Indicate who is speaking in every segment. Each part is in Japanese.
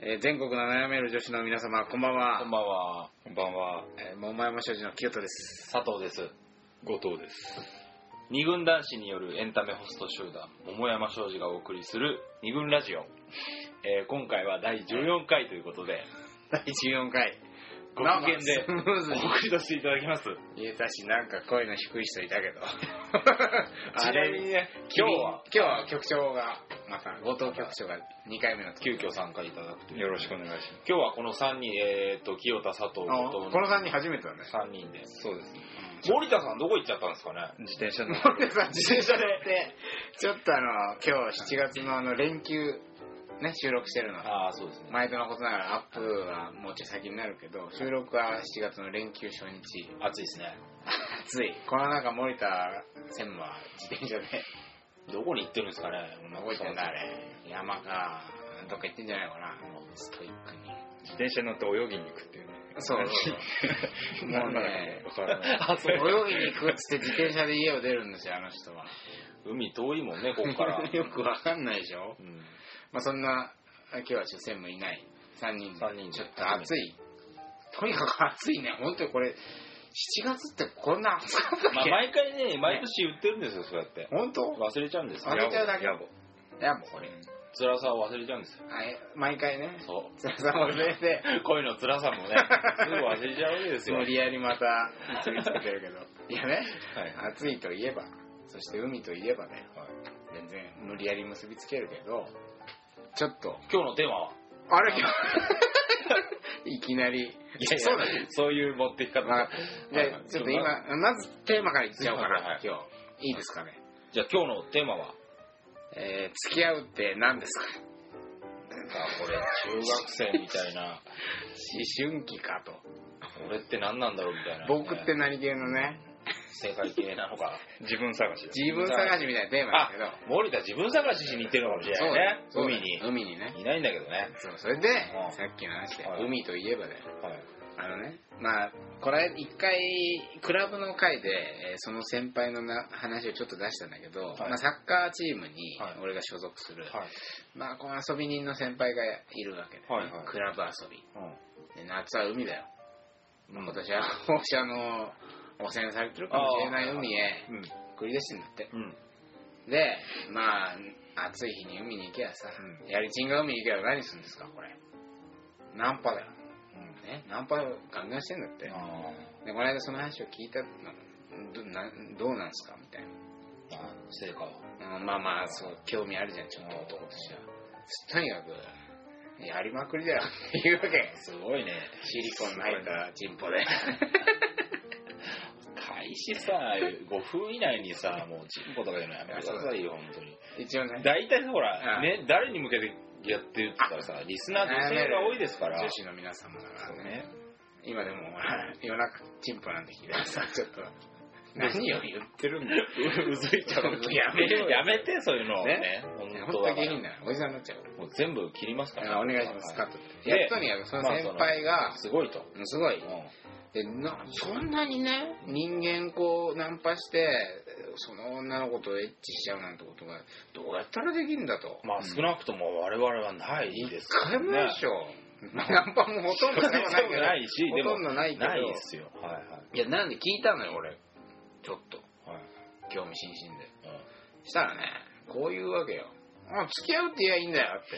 Speaker 1: えー全国の悩める女子の皆様、こんばんは。
Speaker 2: こんばんは。
Speaker 3: こんばんは。
Speaker 1: えー桃山商事の清人です。
Speaker 2: 佐藤です。
Speaker 3: 後藤です。
Speaker 2: 二軍男子によるエンタメホスト集団、桃山商事がお送りする二軍ラジオ。えー今回は第14回ということで、
Speaker 1: 第14回。
Speaker 2: ご機嫌
Speaker 1: なんか
Speaker 2: で
Speaker 1: スムーズ
Speaker 2: お
Speaker 1: に
Speaker 2: 送りさせていただきます。
Speaker 1: 言えたし、なんか声の低い人いた けど。あ
Speaker 2: ちなみに
Speaker 1: れ、
Speaker 2: ね、今日は
Speaker 1: 君今日は局長が、また、後藤局長が2回目の
Speaker 2: 急遽参加いただくという。
Speaker 3: よろしくお願いしま
Speaker 2: 今日はこの3人、えーっと、清田、佐藤、
Speaker 1: あ
Speaker 2: 後
Speaker 1: こ
Speaker 2: 藤
Speaker 1: の
Speaker 2: の
Speaker 1: 3人初めてだね。
Speaker 2: 3人で。
Speaker 3: す。そうです。
Speaker 2: 森田さんどこ行っちゃったんですかね
Speaker 3: 自転車の。
Speaker 1: 俺さ、自転車で行って、ちょっとあの、今日7月のあの、連休、ね、収録してるの。
Speaker 2: ああ、そうですね。
Speaker 1: 毎度のことながらアップはもうちょい先になるけど、収録は7月の連休初日。
Speaker 2: 暑いですね。
Speaker 1: 暑い。この中、森田専務は自転 車で、
Speaker 2: どこに行ってるんですかね
Speaker 1: 動いてんだ、あれ。山か、どっか行ってんじゃないかな。もうストイックに。
Speaker 3: 自転車に乗って泳ぎに行くっていうね。
Speaker 1: そうもうね
Speaker 3: 何わからない。
Speaker 2: あ、そう。
Speaker 1: 泳ぎに行くっつって自転車で家を出るんですよ、あの人は。
Speaker 2: 海遠いもんね、こ こから。
Speaker 1: よくわかんないでしょ
Speaker 2: う。ん
Speaker 1: まあそんな、今日はちょっと専務いない。3人で。
Speaker 2: 三人で
Speaker 1: ちょっと暑い。とにかく暑いね。本当にこれ、7月ってこんな暑かったっ
Speaker 2: まあ、
Speaker 1: け、
Speaker 2: 毎回ね、毎年言ってるんですよ、そうやって。
Speaker 1: 本当
Speaker 2: 忘れちゃうんです
Speaker 1: あ
Speaker 2: よ。
Speaker 1: げちゃうだけ
Speaker 3: 野暮
Speaker 1: いやもうこれ、
Speaker 2: 辛さを忘れちゃうんですよ。
Speaker 1: はい毎回ね、
Speaker 2: そ
Speaker 1: 津田さんを連れて、
Speaker 2: う。恋の辛さもね、すぐ忘れちゃうわけですよ。
Speaker 1: 無理やりまた結びつけてるけど、 いやね、
Speaker 2: はい
Speaker 1: 暑いといえば、そして海といえばね、全然無理やり結びつけるけど、ちょっと、
Speaker 2: 今日のテーマは
Speaker 1: あれ、今日 いきなり、そうだね。
Speaker 2: そういう持ってき方。
Speaker 1: まあ、じゃ
Speaker 2: はいは
Speaker 1: あ
Speaker 2: い
Speaker 1: ちょっと今、まずテーマからいっちゃおうかな、
Speaker 2: はいはい
Speaker 1: 今日。いいですかね。
Speaker 2: じゃあ今日のテーマは
Speaker 1: えー、付き合うって何ですか
Speaker 2: なんかこれ、中学生みたいな、
Speaker 1: 思春期かと。
Speaker 2: 俺って何なんだろうみたいな、
Speaker 1: 僕って何系のね、
Speaker 2: 世界系なのか。
Speaker 3: 自分探しだ。
Speaker 1: 自分探しみたいなテーマだ
Speaker 2: あ
Speaker 1: けど、、
Speaker 2: 森田自分探ししに行ってるのかもしれないね。
Speaker 1: そうだ
Speaker 2: 海
Speaker 1: よ
Speaker 2: に。
Speaker 1: 海にね。
Speaker 2: いないんだけどね。
Speaker 1: そう、それで、
Speaker 2: うん
Speaker 1: さっきの話で、
Speaker 2: はい
Speaker 1: 海といえばだよ。
Speaker 2: はい。
Speaker 1: あのね、まあ、これ、一回、クラブの会で、えーその先輩のな話をちょっと出したんだけど、
Speaker 2: い
Speaker 1: まあ、サッカーチームに
Speaker 2: はい、
Speaker 1: 俺が所属する、
Speaker 2: はい。
Speaker 1: まあ、この遊び人の先輩がいるわけで、
Speaker 2: はいはい
Speaker 1: クラブ遊び。で夏は海だよ。
Speaker 2: うん。
Speaker 1: 今年は放射の汚染されてるかもしれない
Speaker 2: あー
Speaker 1: 海へ
Speaker 2: うん。
Speaker 1: 繰り出してんだって。
Speaker 2: うん。
Speaker 1: で、まあ、暑い日に海に行けばさ、やりちんが海に行けば何するんですか、これ。ナンパだよ。ね、ナンパガンガンしてんだって。
Speaker 2: ああ。
Speaker 1: で、この間その話を聞いたのどなどうなんすかみたい
Speaker 2: あ成果は。
Speaker 1: な。うんまあまあ、そう、興味あるじゃん、ちょっと男としては。とにかく、やりまくりだよっていうわけ。
Speaker 2: すごいね。
Speaker 1: シリコンの入ったチンポで。
Speaker 2: 開始さ、5分以内にさ、もうチンポとか言うのやめてくださいよ、本当に。
Speaker 1: 一応ね、
Speaker 2: 大体ほ
Speaker 1: う
Speaker 2: ら、
Speaker 1: ん
Speaker 2: ね、誰に向けてやってるって言ったらさ、リスナー女性が多いですから
Speaker 1: 女。子の皆様だからね
Speaker 2: ね。
Speaker 1: 今でもほら夜中チンポなんて聞いたらさちょっと何を言ってるんだよ
Speaker 2: ううずいちゃう。
Speaker 1: やめろよ
Speaker 2: やめて、そういうのを
Speaker 1: ね
Speaker 2: ね。
Speaker 1: 本
Speaker 2: 本当
Speaker 1: 当
Speaker 2: だ
Speaker 1: は
Speaker 2: か
Speaker 1: 下
Speaker 2: ら
Speaker 1: 品だなおじさんになっちゃう
Speaker 2: もう全部切りますか。
Speaker 1: かららお願いしますカッ
Speaker 2: は
Speaker 1: トって
Speaker 2: で
Speaker 1: やっとにかくその
Speaker 2: まあ
Speaker 1: 先輩が
Speaker 2: いすごいと。
Speaker 1: すごい
Speaker 2: うん
Speaker 1: でなそんなにね人間こうナンパしてその女の子とエッチしちゃうなんてことがどうやったらできるんだと
Speaker 2: まあ少なくとも我々はないで
Speaker 1: 一
Speaker 2: す
Speaker 1: 回もでしょまあナンパもほとんどしたことないけど
Speaker 2: ないし、で
Speaker 1: ほ
Speaker 2: も
Speaker 1: とんどないけど
Speaker 2: ないですよ。はいはい
Speaker 1: やなんで聞いたのよ俺ちょっと
Speaker 2: い。はい
Speaker 1: 興味津々で
Speaker 2: うん
Speaker 1: したらねこういうわけよあ付き合うって言えばいいんだよ って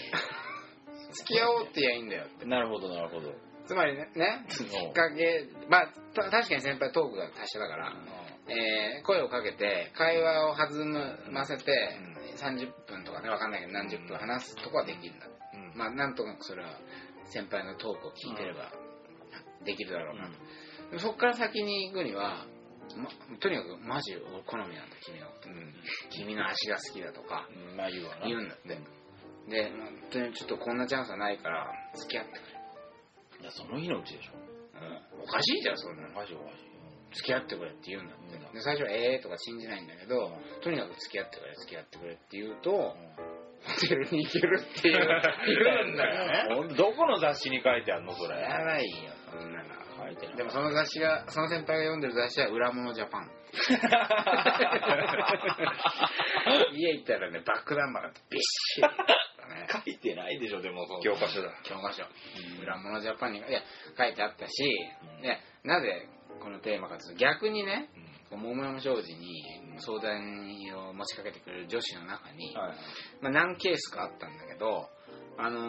Speaker 1: 付き合おうって言えばいいんだよって
Speaker 2: なるほど、なるほど。
Speaker 1: つまりねねきっかけまあた確かに先輩トークが達者だから、えー声をかけて会話を弾ませて、30分とかね分かんないけど何十分話すとこはできるんだ、
Speaker 2: うん
Speaker 1: まあなんとなくそれは先輩のトークを聞いてればできるだろうなと、でもそこから先に行くには、ま、とにかくマジお好みなんだ君のこと君の足が好きだとか
Speaker 2: うん。まあ言うわな。
Speaker 1: 言うんだってで本当にちょっとこんなチャンスはないから付き合ってく
Speaker 2: いや、その日のうちでしょ。
Speaker 1: れ、おかしいじゃんそんなの
Speaker 2: おかしいおかしい。
Speaker 1: 付き合ってくれって言うんだって、
Speaker 2: うん
Speaker 1: で最初はええとか信じないんだけどとにかく付き合ってくれ付き合ってくれって言うと、ホテルに行けるって いう言うんだよね
Speaker 2: ほんとどこの雑誌に書いてあんのそ
Speaker 1: や
Speaker 2: れ。
Speaker 1: ばいよそんなの
Speaker 2: 書いてない。
Speaker 1: でもその雑誌がその先輩が読んでる雑誌は「裏物ジャパ ン」 家行ったらねバックナンバーがびっしりだったね
Speaker 2: 書いてないでしょでもその
Speaker 3: 教科書だ
Speaker 1: 教科書裏物ジャパンにいや書いてあったし、
Speaker 2: うん
Speaker 1: でなぜこのテーマかというと逆にね
Speaker 2: うん
Speaker 1: 桃山商事に相談を持ちかけてくれる女子の中に、
Speaker 2: はい
Speaker 1: まあ、何ケースかあったんだけど、あの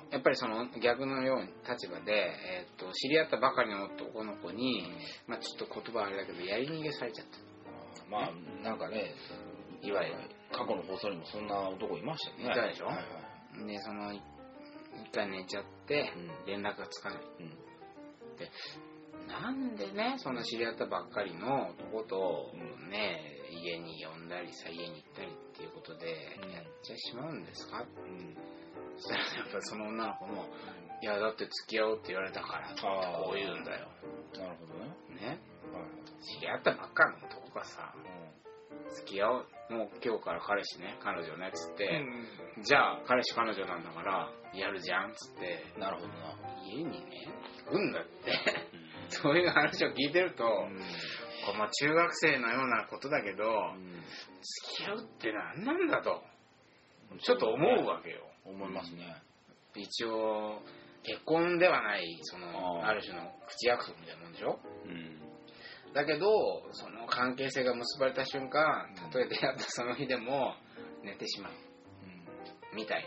Speaker 1: ーやっぱりその逆のように立場で、えーっと知り合ったばかりの男の子に、まあ、ちょっと言葉はあれだけどやり逃げされちゃった
Speaker 2: まあなんかねいわゆる過去の放送にもそんな男いました
Speaker 1: い
Speaker 2: よね
Speaker 1: たでしょ
Speaker 2: はいはい
Speaker 1: でそのい一回寝ちゃって
Speaker 2: うん
Speaker 1: 連絡がつかない
Speaker 2: うん
Speaker 1: なんでねそんな知り合ったばっかりの男と
Speaker 2: う
Speaker 1: ね家に呼んだりさ家に行ったりっていうことで
Speaker 2: うん
Speaker 1: やっちゃしまうんですか
Speaker 2: うん
Speaker 1: そしたらやっぱりその女の子も「いやだって付き合おうって言われたから」って
Speaker 2: あー
Speaker 1: こう言うんだよ
Speaker 2: なるほどね
Speaker 1: ね
Speaker 2: はい
Speaker 1: 知り合ったばっかの男がさ付き合おうもう今日から彼氏ね彼女ねっつって、じゃあ彼氏彼女なんだからやるじゃんっつって
Speaker 2: うんなるほどな
Speaker 1: 家にね来んだってそういう話を聞いてると、こうまあ中学生のようなことだけど、付き合うって何なんだとちょっと思うわけよ
Speaker 2: 思いますね
Speaker 1: 一応結婚ではないその
Speaker 2: あー
Speaker 1: ある種の口約束みたいなもんでしょ
Speaker 2: うん
Speaker 1: だけどその関係性が結ばれた瞬間たとえ出会ったその日でも寝てしまうみたい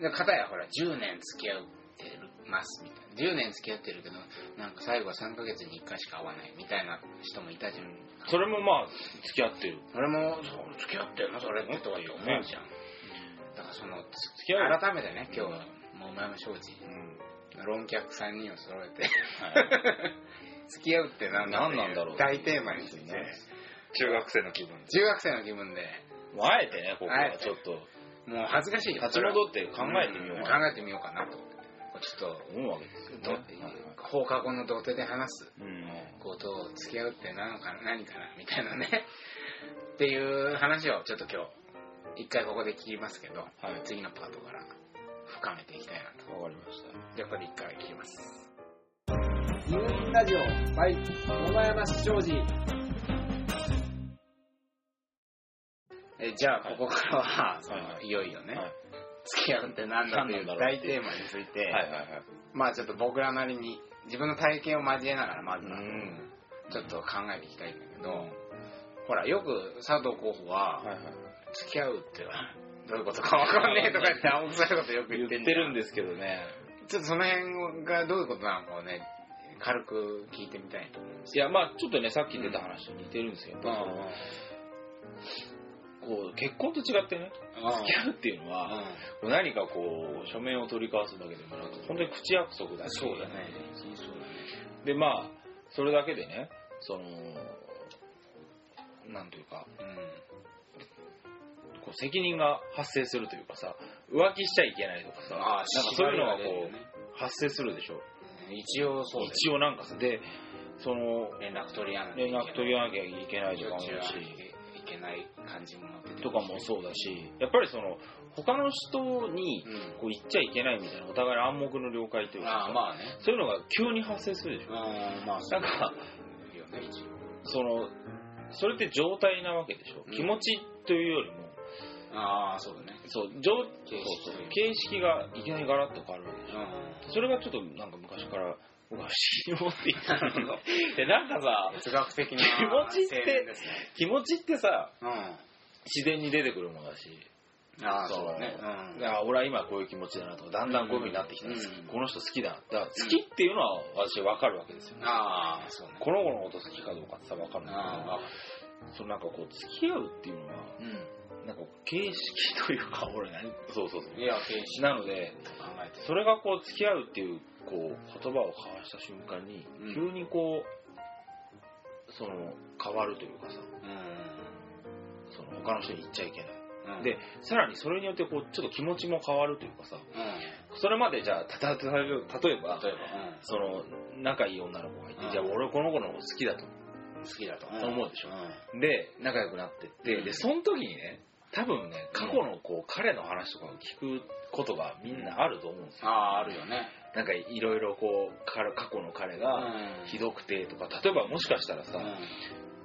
Speaker 1: なで片やほら10年付き合ってますみたいな10年付き合ってるけどなんか最後は3ヶ月に1回しか会わないみたいな人もいたじゃん
Speaker 2: それもまあ付き合ってる
Speaker 1: 俺もそう付き合ってんのそれってとかって思うじゃんだからその
Speaker 2: 付き合う
Speaker 1: 改めてね今日は桃山商事論客3人を揃えて付き合うって何なんだ
Speaker 2: 何なんだろう
Speaker 1: 大テーマについて
Speaker 2: ね
Speaker 3: 中学生の気分で
Speaker 1: 中学生の気分で
Speaker 2: もうあえてねここ
Speaker 1: あ
Speaker 2: は
Speaker 1: えて
Speaker 2: ちょっと
Speaker 1: もう恥ずかしいよ
Speaker 2: 立ち戻って考えてみよう
Speaker 1: 考
Speaker 2: かな
Speaker 1: えてみようかなとちょっ
Speaker 2: 思うわけですよ
Speaker 1: とど
Speaker 2: ね
Speaker 1: 放課後の土手で話す
Speaker 2: うん
Speaker 1: ことを付き合うって何か何かなみたいなね っていう話をちょっと今日一回ここで切りますけど、
Speaker 2: はい
Speaker 1: 次のパートから深めていきたいなと
Speaker 2: わかりました
Speaker 1: じゃあこれ一回切ります
Speaker 4: ニューラジオ by 桃山庄司
Speaker 1: えじゃあここからは、そ
Speaker 2: はい
Speaker 1: の
Speaker 2: はい
Speaker 1: いよいよね、
Speaker 2: はい
Speaker 1: 付き合うって何だっていう
Speaker 2: 何なんだろう
Speaker 1: 大
Speaker 2: ってい
Speaker 1: テ
Speaker 2: う
Speaker 1: ーマについて、
Speaker 2: はいはいはい
Speaker 1: まあちょっと僕らなりに自分の体験を交えながらまずは
Speaker 2: うん
Speaker 1: ちょっと考えていきたいんだけど、ほらよく佐藤候補は
Speaker 2: はいはい
Speaker 1: 付き合うってどういうことかわかんねえとかって青臭いことよく言っ
Speaker 2: 言って
Speaker 1: ん
Speaker 2: て
Speaker 1: じゃん
Speaker 2: るんですけどね
Speaker 1: ちょっとその辺がどういうことなのかをね軽く聞いてみたいと思うんです
Speaker 2: いやまあちょっとねさっき出た話と似てるんですけど
Speaker 1: けど
Speaker 2: こう結婚と違ってね
Speaker 1: うん
Speaker 2: 付き合うっていうのはこう何かこう書面を取り交わすだけでもなく本当に口約束だし
Speaker 1: そうだねそうだね
Speaker 2: でまあそれだけでねそのなんというかこう責任が発生するというかさ浮気しちゃいけないとかさなんかそういうのがこう発生するでしょ
Speaker 1: う一応そうです
Speaker 2: 一応なんかさでその
Speaker 1: 連絡取り合わなきゃい
Speaker 2: 連
Speaker 1: けない
Speaker 2: 絡取り合わなきゃいけないとかもあ
Speaker 1: しょっ
Speaker 2: る
Speaker 1: ちゅう
Speaker 2: し
Speaker 1: 会っていけない感じも出てくる
Speaker 2: とかもそうだしやっぱりその他の人に
Speaker 1: うん
Speaker 2: こう言っちゃいけないみたいなお互いの暗黙の了解というか
Speaker 1: ああ
Speaker 2: さ
Speaker 1: まあね
Speaker 2: そういうのが急に発生するでしょ
Speaker 1: ああまあ
Speaker 2: なんか
Speaker 1: いいよね一応
Speaker 2: そのそれって状態なわけでしょ、
Speaker 1: うん
Speaker 2: 気持ちというよりも
Speaker 1: ああそうだね
Speaker 2: そう状
Speaker 1: 形式
Speaker 2: そう
Speaker 1: と
Speaker 2: そう
Speaker 1: いうか
Speaker 2: 形式がいきなりガラッと変わるわけ
Speaker 1: う
Speaker 2: でしょそれがちょっとなんか昔から僕は不思議に思っ ていたんだけどでなんかさ
Speaker 1: ん哲学的な
Speaker 2: 気持ちって
Speaker 1: 青年ですね
Speaker 2: 気持ちってさ
Speaker 1: うん
Speaker 2: 自然に出てくるものだし
Speaker 1: ああ
Speaker 2: そう
Speaker 1: そうだねうん
Speaker 2: あ俺は今こういう気持ちだなとかだんだんこういう風になってきたな、
Speaker 1: うん
Speaker 2: 好きこの人好きだなだから好きっていうのは私分かるわけですよ、
Speaker 1: ああそうね
Speaker 2: この子のこと好きかどうかってさ分かるんだ
Speaker 1: ああ
Speaker 2: けどそのなんかこう付き合うっていうのは
Speaker 1: うん
Speaker 2: なんか形式というか 俺何そうそうそう
Speaker 1: いや形式
Speaker 2: なので
Speaker 1: と考えて
Speaker 2: それがこう付き合うっていうこう言葉を交わした瞬間に
Speaker 1: うん
Speaker 2: 急にこうその変わるというかさ
Speaker 1: うん
Speaker 2: その他の人に言っちゃいけない
Speaker 1: うん
Speaker 2: でさらにそれによってこうちょっと気持ちも変わるというかさ
Speaker 1: うん
Speaker 2: それまでじゃあたたた例えば
Speaker 1: 例えばうん
Speaker 2: その仲いい女の子がいて、
Speaker 1: うん
Speaker 2: じゃあ俺この子の方が好きだと
Speaker 1: 好きだと
Speaker 2: 思うでしょ
Speaker 1: ん
Speaker 2: で仲良くなってって、
Speaker 1: うん
Speaker 2: でその時にね多分ね過去のこう彼の話とかを聞くことがみんなあると思うんです
Speaker 1: あ
Speaker 2: よ、
Speaker 1: ああるよね
Speaker 2: なんかいろいろこう彼過去の彼が
Speaker 1: うん
Speaker 2: ひどくてとか例えばもしかしたらさ、
Speaker 1: うん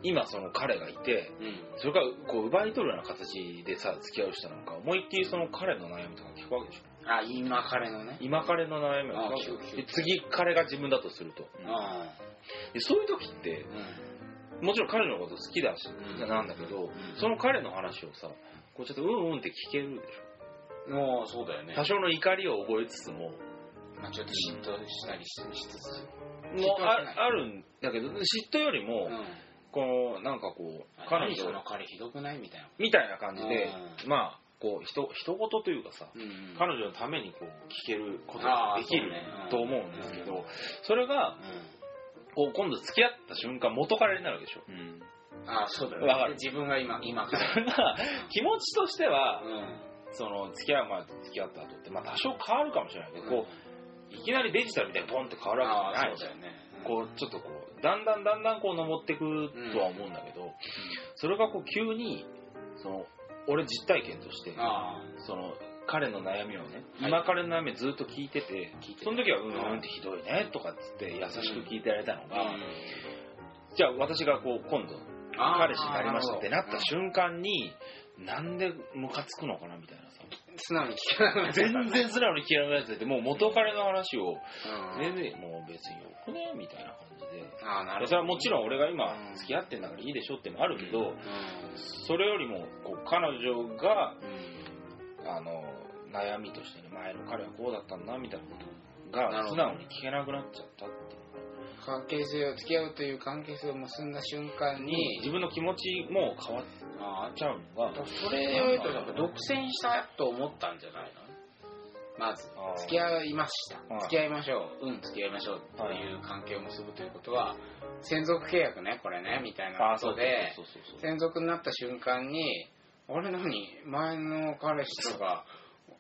Speaker 2: 今その彼がいて
Speaker 1: うん
Speaker 2: それからこう奪い取るような形でさ付き合う人なんか思いっきりその彼の悩みとか聞くわけでしょ
Speaker 1: あ今彼のね
Speaker 2: 今彼の悩みを聞くわ
Speaker 1: あ聞
Speaker 2: け
Speaker 1: く
Speaker 2: で
Speaker 1: 聞く
Speaker 2: 次彼が自分だとすると
Speaker 1: あ
Speaker 2: でそういう時って
Speaker 1: あうん
Speaker 2: もちろん彼のこと好きだし、
Speaker 1: うん
Speaker 2: なんだけど、
Speaker 1: ん
Speaker 2: その彼の話をさこうちょっとうんうんって聞けるでし
Speaker 1: もうそうだよ
Speaker 2: ょ
Speaker 1: ね
Speaker 2: 多少の怒りを覚えつつも
Speaker 1: まあちょっと嫉妬したりししつつ
Speaker 2: もうあ
Speaker 1: 聞いてはいけない
Speaker 2: あるんだけど嫉妬よりも、
Speaker 1: うん
Speaker 2: このなんかこう
Speaker 1: 彼
Speaker 2: 彼
Speaker 1: 女
Speaker 2: 女
Speaker 1: の彼ひどくないみたいな
Speaker 2: みたいな感じで
Speaker 1: う
Speaker 2: まあこうひと一言というかさ
Speaker 1: うん
Speaker 2: 彼女のためにこう聞けること
Speaker 1: あ
Speaker 2: が
Speaker 1: ー
Speaker 2: でき
Speaker 1: そう
Speaker 2: る
Speaker 1: ねうん
Speaker 2: と思うんですけどそれが
Speaker 1: う
Speaker 2: こう今度付き合った瞬間元彼になるわけでしょ
Speaker 3: うん。
Speaker 1: んああそうだよ
Speaker 2: わかる
Speaker 1: 自分が今今から
Speaker 2: それが気持ちとしては
Speaker 1: うん
Speaker 2: その付き合う前と付き合った後ってまあ多少変わるかもしれないけどこういきなりデジタルみたいにポンって変わるわ
Speaker 1: あ
Speaker 2: けじ
Speaker 1: あそ
Speaker 2: ゃないうじゃ
Speaker 1: だ
Speaker 2: ん
Speaker 1: よね
Speaker 2: こうちょっとこうだんだんだんだんこう登っていくとは思うんだけどそれがこう急にその俺実体験として
Speaker 1: うんあ
Speaker 2: その彼の悩みをね、
Speaker 1: はい
Speaker 2: 今彼の悩みずっと聞いてて
Speaker 1: 聞いてた
Speaker 2: その時は「うんうん」ってひどいねとかっつって優しく聞いてられたの
Speaker 1: あ
Speaker 2: が、じゃあ私がこう今度
Speaker 1: あー
Speaker 2: 彼氏になりましたってなっ
Speaker 1: なる
Speaker 2: た
Speaker 1: ほ
Speaker 2: 瞬間になんでムカつくのかなみたいなさ
Speaker 1: 素直に聞かなくなっちゃっ
Speaker 2: 全然素直に聞けなくなっちゃってもう元彼の話を
Speaker 1: た
Speaker 2: 全然もう別によくねみたいな感じで
Speaker 1: ああなるほど
Speaker 2: それはもちろん俺が今
Speaker 1: うん
Speaker 2: 付き合ってんだからいいでしょってのもあるけど、
Speaker 1: うん
Speaker 2: それよりもこう彼女が
Speaker 1: うん
Speaker 2: あの悩みとしてね前の彼はこうだったんだみたいなこと
Speaker 1: なる
Speaker 2: が
Speaker 1: ほ
Speaker 2: 素
Speaker 1: ど
Speaker 2: 直に聞けなくなっちゃったっていう
Speaker 1: 関係性を付き合うという関係性を結んだ瞬間
Speaker 2: に自
Speaker 1: に
Speaker 2: 分の気持ちも変わっ
Speaker 1: あ
Speaker 2: ちゃうのが
Speaker 1: あそれを言うとやっぱ独占したと思ったんじゃないのまず
Speaker 2: あー
Speaker 1: 付き合いました
Speaker 2: はい
Speaker 1: 付き合いましょううん付き合いましょうという関係を結ぶということは専属契約ねこれねみたいな
Speaker 2: あ
Speaker 1: こ
Speaker 2: そ
Speaker 1: と
Speaker 2: う
Speaker 1: で
Speaker 2: そうそうそうそう
Speaker 1: 専属になった瞬間にあれ何前の彼氏とか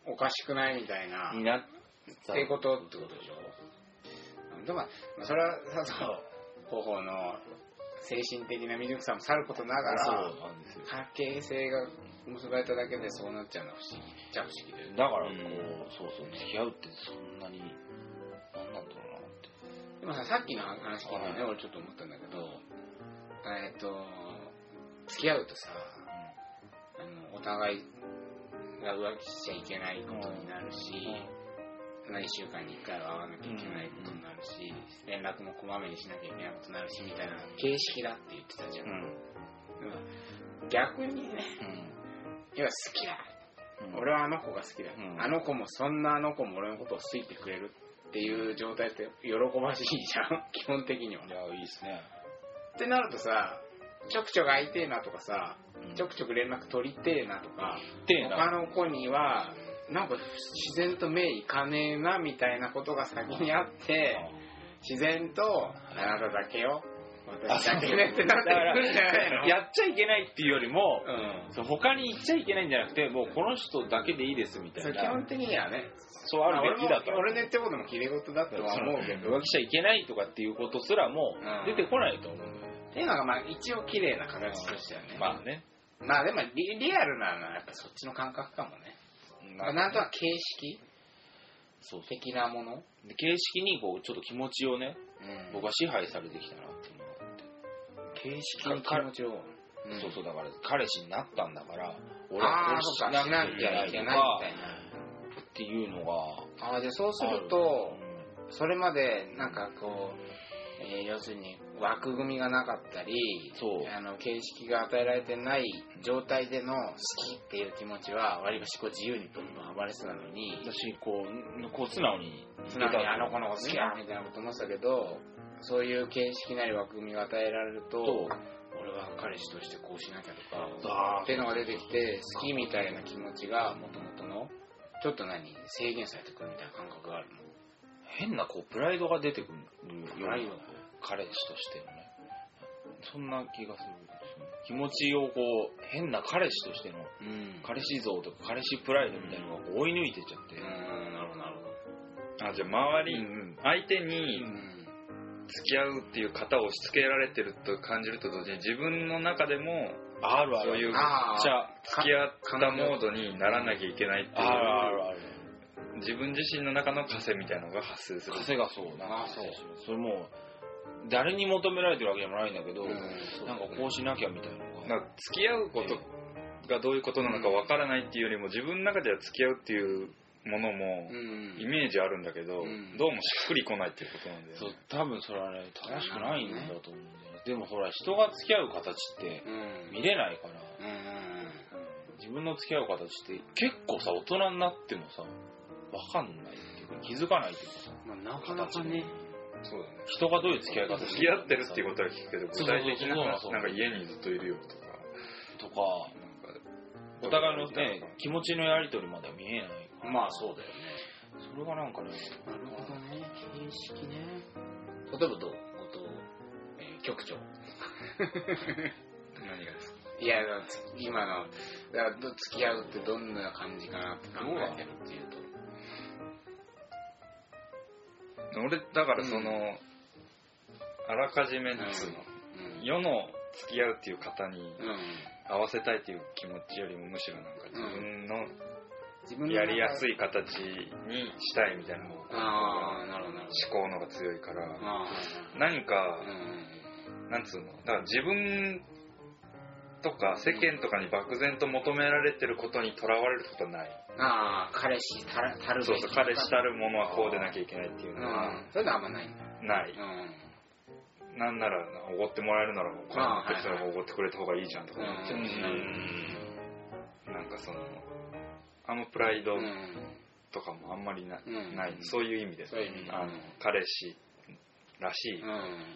Speaker 1: おかしくないみたいな
Speaker 2: になっ
Speaker 1: っ
Speaker 2: ち
Speaker 1: てい
Speaker 2: ゃ
Speaker 1: うことってことでしょでもまあそれは佐藤広報の精神的な魅力さもさることなが
Speaker 2: そ
Speaker 1: ら
Speaker 2: うなんですよ
Speaker 1: 関係性が結ばれただけでそうなっちゃうのは不思議っちゃ不思議で
Speaker 2: だからこう、
Speaker 3: うん
Speaker 2: そうそう付き合うってそんなに何なんだろうなって
Speaker 1: でもささっきの話聞いてね
Speaker 2: は
Speaker 1: 俺ちょっと思ったんだけどえっと付き合うとさあのお互いが浮気しちゃいけないことになるし、何週間に1回は会わなきゃいけないことになるし、連絡もこまめにしなきゃいけないことになるしみたいな形式だって言ってたじゃん、
Speaker 2: うんう
Speaker 1: う
Speaker 2: ん
Speaker 1: ん逆にね要は好きだ、
Speaker 2: うん
Speaker 1: 俺はあの子が好きだ、
Speaker 2: うん
Speaker 1: あの子もそんなあの子も俺のことを好いてくれるっていう状態って喜ばしいじゃん 基本的にはい
Speaker 2: やいいですね、
Speaker 1: ってなるとさちょくちょく会いてえなとかさ
Speaker 2: うん
Speaker 1: ちょくちょく連絡取りてえなとか
Speaker 2: てえな
Speaker 1: 他の子にはなんか自然と目いかねえなみたいなことが先にあって自然とあなただけよ私だけねってなってくるんじゃないの
Speaker 2: やっちゃいけないっていうよりも、
Speaker 1: うん
Speaker 2: そう他に行っちゃいけないんじゃなくてもうこの人だけでいいですみた
Speaker 1: そ
Speaker 2: いう
Speaker 1: 基
Speaker 2: な
Speaker 1: 本的にはね
Speaker 2: そうあるべきだと
Speaker 1: まあ俺も俺の言ってることもきれい事だとは思うけど
Speaker 2: 浮気しちゃいけないとかっていうことすらも
Speaker 1: うん
Speaker 2: 出てこないと思うんだよ
Speaker 1: っていうのがまあ一応綺麗な形としてはね
Speaker 2: まあね
Speaker 1: まあでもリリアルなのはやっぱそっちの感覚かもねなんとなく形式
Speaker 2: そうそ
Speaker 1: 的なもの
Speaker 2: うで形式にこうちょっと気持ちをね僕
Speaker 1: 僕は
Speaker 2: は支配されてきたなっていうのがあって
Speaker 1: 形式に気持ちを
Speaker 2: そうそううだから彼氏になったんだから
Speaker 1: ん
Speaker 2: 俺
Speaker 1: あ
Speaker 2: は
Speaker 1: あ
Speaker 2: こうし
Speaker 1: そうかしな
Speaker 2: な
Speaker 1: き
Speaker 2: き
Speaker 1: ゃ
Speaker 2: ゃ
Speaker 1: いけ
Speaker 2: いけ
Speaker 1: な
Speaker 2: ないい
Speaker 1: みたいな
Speaker 2: とかっていうのが
Speaker 1: ああじゃあそうするとそれまでなんかこう、えー要するに枠組みがなかったり
Speaker 2: そう
Speaker 1: あの形式が与えられてない状態での好きっていう気持ちはわりかしこう自由にどんどん暴れそうなのに
Speaker 2: 私こうんこう素直に
Speaker 1: つまりあの子のこと好きやみたいなこと思ってたけどそういう形式なり枠組みが与えられると
Speaker 2: そう
Speaker 1: 俺は彼氏としてこうしなきゃとか
Speaker 2: あー
Speaker 1: っていうのが出てきて好きみたいな気持ちがもともとのちょっと何制限されてくるみたいな感覚があるの
Speaker 2: 変なこうプライドが出てくるよう
Speaker 1: プラ
Speaker 2: な
Speaker 1: イド
Speaker 2: 彼氏としてのねそんな気がするんですよね気持ちをこう変な彼氏としての
Speaker 1: うん
Speaker 2: 彼氏像とか彼氏プライドみたいなのがこう追い抜いてっちゃって、
Speaker 1: うんなるほどなるほど
Speaker 3: あ、じゃあ周り、相手に
Speaker 1: うん
Speaker 3: 付き合うっていう型を押し付けられてると感じると同時に自分の中でも
Speaker 2: あるある
Speaker 3: そういう
Speaker 1: あー
Speaker 2: じゃあ
Speaker 3: 付き合ったモードにならなきゃいけないって
Speaker 2: あるあ
Speaker 3: い
Speaker 2: るある
Speaker 3: う自分自身の中の枷みたいなのが発生する
Speaker 2: 稼がそうな
Speaker 1: あそう
Speaker 2: それもう誰に求められてるわけでもないんだけど、
Speaker 1: うん
Speaker 2: なんかこうしなきゃみたいなのが
Speaker 3: なんか付き合うことがどういうことなのかわからないっていうよりも自分の中では付き合うっていうものも
Speaker 1: うん
Speaker 3: イメージあるんだけど、
Speaker 1: うん
Speaker 3: どうもしっくりこないっていうことなんだよ
Speaker 2: そう
Speaker 3: ね
Speaker 2: 多分それはね正しくないんだと思うんだよねでもほら人が付き合う形って
Speaker 1: うん
Speaker 2: 見れないから
Speaker 1: うんうん
Speaker 2: 自分の付き合う形って結構さ大人になってもさ分かんないっていうか気づかないっていうかさ
Speaker 1: うんまあなかなかね
Speaker 3: そうだね
Speaker 2: 人がどういう付き合い方
Speaker 3: 付き合ってるっていうこととは聞くけ
Speaker 2: そ
Speaker 3: ど具
Speaker 2: うそうそうそ
Speaker 3: 体的な話
Speaker 2: う
Speaker 3: なんか家にずっといるよとか
Speaker 2: とかお
Speaker 3: なんか
Speaker 2: 互いのね気持ちのやり取りまでは見えないから
Speaker 1: まあそうだよね
Speaker 2: それがなんかね
Speaker 1: なるほどね形式ね例えばどう後藤、えー局長
Speaker 3: 何がですか
Speaker 1: いやだからつ今のだからど付き合うってどんな感じかなって考えてるっていうと
Speaker 3: 俺だからその、あらかじめなんつうの、
Speaker 1: うん
Speaker 3: 世の付き合うっていう方に
Speaker 1: うん
Speaker 3: 合わせたいっていう気持ちよりもむしろなんか自分の
Speaker 1: 自分の中
Speaker 3: やりやすい形にしたいみたいな方向
Speaker 1: ああなるほどなるほ
Speaker 3: 思考のが強いから
Speaker 1: どあ
Speaker 3: 何か
Speaker 1: あうん
Speaker 3: なんつうのだから自分とか世間とかに漠然と求められてることにとらわれることはない
Speaker 1: ああ彼氏たるたるべき
Speaker 3: そうそう彼氏たるものはこうでなきゃいけないっていううんのは
Speaker 1: そういうのあんまないんだ
Speaker 3: な
Speaker 1: う
Speaker 3: い
Speaker 1: ん
Speaker 3: なんならおごってもらえるならお金持ってる人の方がおごってくれた方がいいじゃんとか思っちゃうし
Speaker 1: うん
Speaker 3: なんかそのあんまプライド
Speaker 1: うん
Speaker 3: とかもあんまりな,、
Speaker 1: うん
Speaker 3: ないそういう意味で
Speaker 1: そういう意味で
Speaker 3: あの彼氏らしい、
Speaker 1: うん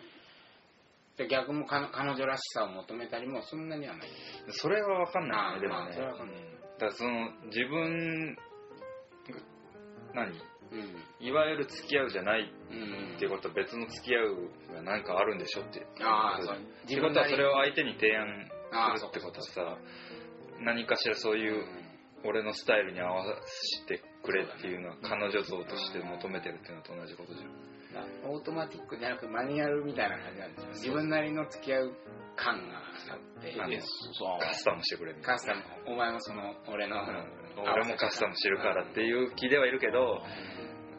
Speaker 1: で逆もか彼女らしさを求めたりもそんなにはない
Speaker 3: それは分かんないよねで
Speaker 1: あ
Speaker 3: も
Speaker 1: まあ
Speaker 3: ね
Speaker 1: それは
Speaker 3: だ
Speaker 1: 分
Speaker 3: か
Speaker 1: かんない
Speaker 3: らその自分が何
Speaker 1: うん
Speaker 3: いわゆる付き合うじゃない
Speaker 1: うん
Speaker 3: っていうことは別の付き合うが何かあるんでしょって
Speaker 1: ああそう
Speaker 3: 自分はそれ
Speaker 1: を
Speaker 3: を相手に提案
Speaker 1: ああ
Speaker 3: するってことはさ何かしらそういう俺のスタイルに合わせてくれっていうのは彼女像として求めてるっていうのと同じことじゃん
Speaker 1: オートマティックじゃなくマニュアルみたいな感じなんですよ自分なりの付き合う感があって
Speaker 3: あの
Speaker 2: え
Speaker 3: カ
Speaker 2: そ
Speaker 3: スタムしてくれみたい
Speaker 1: カスタムお前もその俺の
Speaker 3: なうん俺もカスタムしてるからっていう気ではいるけど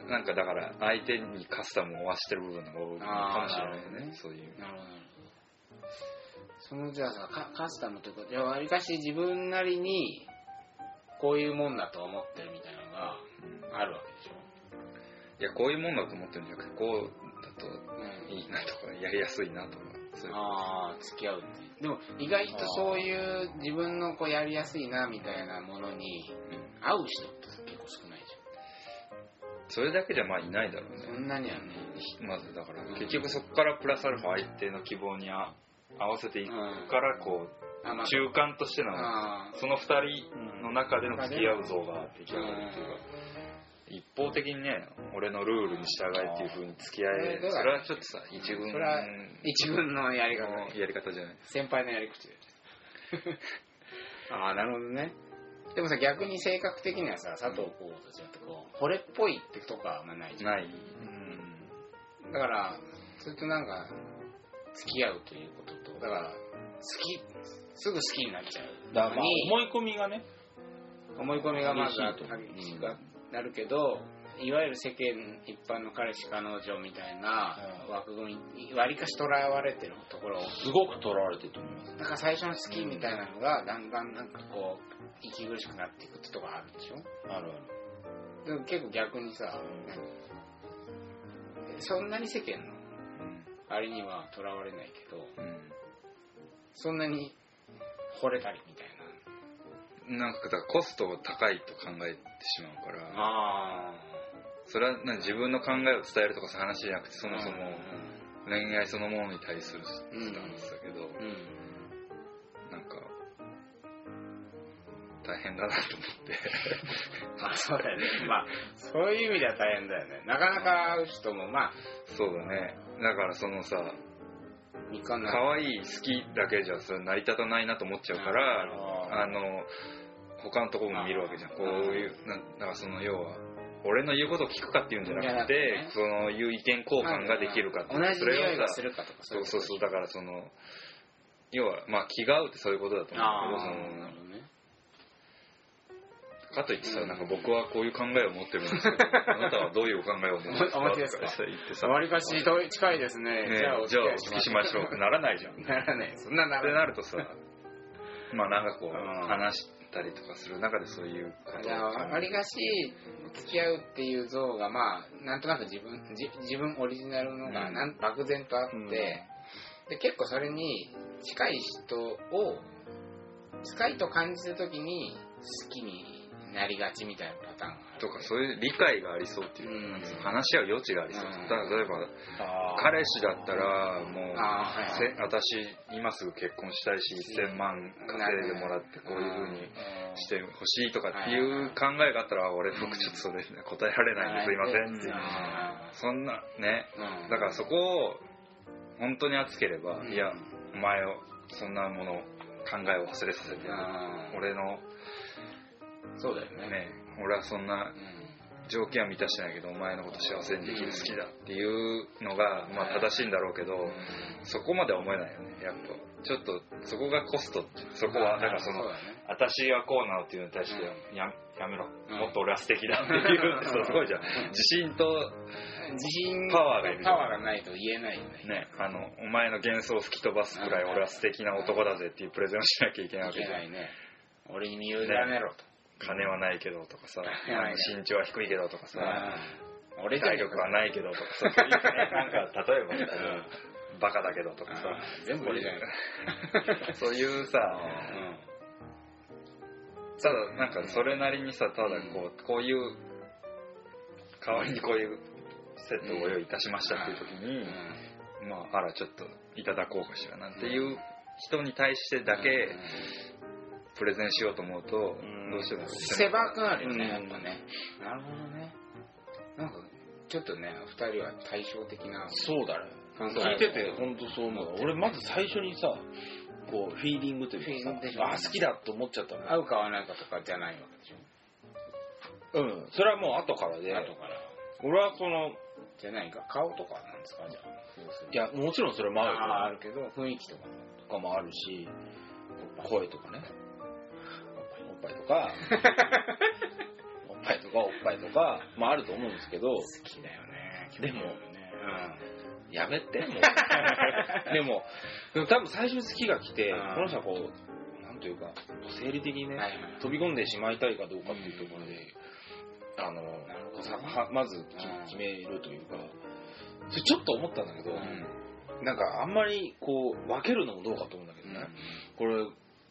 Speaker 3: なんかだから相手にカスタムを負わしてる部分が多いのかもしれ
Speaker 1: ああなる
Speaker 3: ないよ
Speaker 1: ほどね
Speaker 3: ねそういう
Speaker 1: なるほどなるほどそのじゃあさカカスタムというかいやわりかし自分なりにこういうもんだと思ってるみたいなのがあるわけでしょ、
Speaker 3: いやこういうもんだと思ってるんじゃなくてこうだと
Speaker 1: うん
Speaker 3: いいなとかやりやすいなとかそういう
Speaker 1: ああ付き合うっていうでも意外とそういう自分のこうやりやすいなみたいなものに合う人って結構少ないじ
Speaker 3: それだけじゃまあいないだろう
Speaker 1: ゃん
Speaker 3: ね
Speaker 1: そんなにはね
Speaker 3: まずだから結局そこからプラスアルファ相手の希望にあ合わせていくからこう
Speaker 1: あまあ
Speaker 3: 中間としての
Speaker 1: あ
Speaker 3: その2人の中での付き合う像が出来
Speaker 1: ーう
Speaker 3: 上がるっていうか一方的にね俺のルールに従えっていう風に付き合え
Speaker 1: うん
Speaker 3: それはちょっとさ一軍
Speaker 1: そ
Speaker 3: の
Speaker 1: れは一軍のやり方ね
Speaker 3: やり方じゃない
Speaker 1: 先輩のやり口でああなるほどねでもさ逆に性格的にはさ佐藤浩太ちゃんってこう惚れっぽいってとこはあんまないじゃん
Speaker 3: ない
Speaker 1: だからそれとなんか付き合うということとだから好きすぐ好きになっちゃ
Speaker 2: う
Speaker 1: う
Speaker 2: だからまあ
Speaker 1: に
Speaker 2: 思い込みがね
Speaker 1: 思い込みがまず
Speaker 2: 激しいと
Speaker 1: 激しくなるけどいわゆる世間一般の彼氏彼女みたいな枠組みに割りかし捉われてるところを
Speaker 2: すごくとらわれてると思います
Speaker 1: なんか最初の好きみたいなのがだんだんなんかこう息苦しくなっていくってとこあるでしょ
Speaker 2: あるある
Speaker 1: でも結構逆にさ、何そんなに世間のあれにはとらわれないけど
Speaker 3: うん
Speaker 1: そんなに惚れたりみたい
Speaker 3: うんなんかだからコストを高いと考えてしまうから
Speaker 1: なあ
Speaker 3: それは何自分の考えを伝えるとかそういう話じゃなくてそもそも恋愛そのものに対するスタンスだけど、
Speaker 1: うん、うん
Speaker 3: なんか大変だなと思っ
Speaker 1: まあそうだよねまあそういう意味では大変だよねなかなか会う人もまあ
Speaker 3: てそうだねだからそのさ
Speaker 1: 三日な
Speaker 3: 可愛い好きだけじゃそれ成り立たないなと思っちゃうか
Speaker 1: なる
Speaker 3: ら
Speaker 1: ほど
Speaker 3: あの他のところも見るわけじゃんこういうななんかその要は俺の言うことを聞くかっていうんじゃなくて
Speaker 1: いやだってね
Speaker 3: そのいう意見交換ができるかってい
Speaker 1: 同
Speaker 3: う
Speaker 1: じ匂い
Speaker 3: さ
Speaker 1: がするかとか
Speaker 3: そうそうそう
Speaker 1: だ
Speaker 3: だからその要はまあ気が合うってそういうことだと思
Speaker 1: あ
Speaker 3: う
Speaker 1: あ
Speaker 3: んだけど
Speaker 1: なるほどね
Speaker 3: そかといってさ、なんか僕はこういう考えを持ってるんですけど、あなたはどういうお考えを持ってます
Speaker 1: お持
Speaker 3: かと
Speaker 1: ちですか
Speaker 3: かさ言ってさ、
Speaker 1: わりかし遠い近いですね
Speaker 3: ね
Speaker 1: じゃあお
Speaker 3: じ
Speaker 1: 付
Speaker 3: ゃあ
Speaker 1: き合いし
Speaker 3: お付
Speaker 1: ま
Speaker 3: き
Speaker 1: し
Speaker 3: し
Speaker 1: ょ
Speaker 3: ましょうってならないじゃん。
Speaker 1: うならないそんなな
Speaker 3: って
Speaker 1: らな
Speaker 3: ないるとさ、まあなんかこ
Speaker 1: う
Speaker 3: う、
Speaker 1: ん
Speaker 3: 話したりとかする中でそういうことを
Speaker 1: じゃあわりかし付き合うっていう像がまあなんとなく自分じ自分オリジナルのが
Speaker 3: うん
Speaker 1: なん漠然とあって、
Speaker 2: うん
Speaker 1: で結構それに近い人を近いと感じた時に好きになりがちみたいなパターンがある
Speaker 3: とかそういう理解がありそうっていう、
Speaker 1: うん
Speaker 3: 話し合う余地がありそう。
Speaker 1: うん
Speaker 3: だから例えば、
Speaker 2: あー
Speaker 3: 彼氏だったらもう
Speaker 1: あーはい
Speaker 3: せ私今すぐ結婚したいし1000万稼いでもらってこういう風にしてほしいとかっていう考えがあったらあ俺僕ちょっとそれ答えられないんですすいませんっていうそんなね
Speaker 1: うん
Speaker 3: だからそこを本当に熱ければ
Speaker 1: うん
Speaker 3: いやお前をそんなもの考えを忘れさせて
Speaker 1: うん
Speaker 3: 俺の
Speaker 1: そうだよね
Speaker 3: ね俺はそんな
Speaker 1: うん
Speaker 3: 条件は満たしてないけどお前のこと幸せにできる好きだっていうのがまあ正しいんだろうけど、そこまでは思えないよねやっぱちょっとそこがコストってそこはだからその
Speaker 1: うだね
Speaker 3: 私はこうなのっていうのに対して
Speaker 1: う
Speaker 3: ややめろ
Speaker 1: うん
Speaker 3: もっと俺は素敵だってい
Speaker 1: う
Speaker 3: う
Speaker 1: ん
Speaker 3: そうすごいじゃん自信と
Speaker 1: 自信
Speaker 3: パワーがいる
Speaker 1: パワーがないと言えないよね
Speaker 3: ねあのお前の幻想を吹き飛ばすくらい俺は素敵な男だぜっていうプレゼンをしなきゃいけないわ
Speaker 1: い
Speaker 3: けじ
Speaker 1: け
Speaker 3: ゃ
Speaker 1: なんいね俺に身を委ねろと
Speaker 3: 金はないけどとかさ
Speaker 1: 金はない
Speaker 3: あの身長は低いけどとかさ
Speaker 1: うん俺じゃ
Speaker 3: 体
Speaker 1: ねえ
Speaker 3: 力はないけどとかさそういうねなんか例えばさ
Speaker 1: うん
Speaker 3: バカだけどとかさ
Speaker 1: うん全部俺じゃね
Speaker 3: そういうさ
Speaker 1: えか
Speaker 3: ただなんかそれなりにさただこうこういう代わりにこういうセットをご用意いたしましたっていう時
Speaker 1: うん
Speaker 3: に、まああらちょっといただこうかしらなんていう人に対してだけプレゼンしようと思うとど
Speaker 2: ん
Speaker 3: うしても
Speaker 1: 狭くなるよねやっ
Speaker 2: うん
Speaker 1: ぱねなるほどねなんかちょっとね二人は対照的な
Speaker 2: そうだね
Speaker 1: 感想
Speaker 2: 聞いてて本当そう思う俺まず最初にさこうフィーリングという
Speaker 1: フィーリングで
Speaker 2: か
Speaker 1: しょ
Speaker 2: さあ好きだと思っちゃった
Speaker 1: 合うか合わないかとかじゃないわけでしょ
Speaker 2: のうんそれはもう後からで
Speaker 1: 後から
Speaker 2: 俺はその
Speaker 1: じゃないか顔とかなんですかじゃあ要するに
Speaker 2: いやもちろんそれも
Speaker 1: あ
Speaker 2: あるよ
Speaker 1: ああるけど雰囲気とかも
Speaker 2: とかもあるし声とかねおっぱいと かおっぱいとかおっぱいとかまああると思うんですけど
Speaker 1: 好きだよね
Speaker 2: でも
Speaker 1: 興味あるね
Speaker 2: や めてもうでもでも多分最初に好きが来て
Speaker 1: うん
Speaker 2: この人はこうなんというか生理的に
Speaker 1: う
Speaker 2: ね、
Speaker 1: んはいはい
Speaker 2: 飛び込んでしまいたいかどうかっていうところで、あの
Speaker 1: なるほど
Speaker 2: さはまずき
Speaker 1: うん
Speaker 2: 決めるというかそれちょっと思ったんだけど、
Speaker 1: う
Speaker 2: なんかあんまりこう分けるのもどうかと思うんだけど
Speaker 1: ん
Speaker 2: ね、これ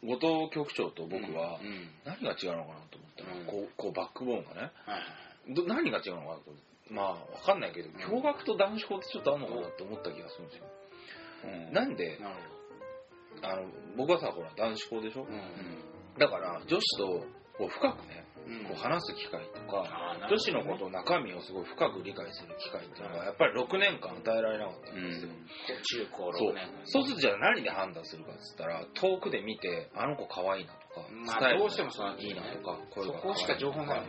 Speaker 2: 後藤局長と僕は
Speaker 1: うんうん
Speaker 2: 何が違うのかなと思ったら、
Speaker 1: うん
Speaker 2: こうこうバックボーンがね
Speaker 1: はい
Speaker 2: ど何が違うのかなとまあ分かんないけど共学と男子校ってちょっとあるのかなって思った気がするんですよ、
Speaker 3: うん
Speaker 2: なんで
Speaker 1: なる
Speaker 2: あの僕はさほら男子校でしょ
Speaker 1: ほど
Speaker 2: だから女子とこう深くね
Speaker 1: うん
Speaker 2: こう話す機会とか、
Speaker 1: あーなるほどね
Speaker 2: 女子のこと中身をすごい深く理解する機会っていうのがやっぱり6年間与えられなかったんですよ、
Speaker 1: 中高
Speaker 2: そ
Speaker 1: 六
Speaker 2: う
Speaker 1: 年
Speaker 2: そうするとじゃあ何で判断するかっつったら遠くで見てあの子可愛いなとか、
Speaker 1: まあ
Speaker 2: スタイル
Speaker 1: どうしてもそうなってく
Speaker 2: いい
Speaker 1: るね
Speaker 2: なとか声
Speaker 1: そ
Speaker 2: が可愛いなと
Speaker 1: こしか情報ない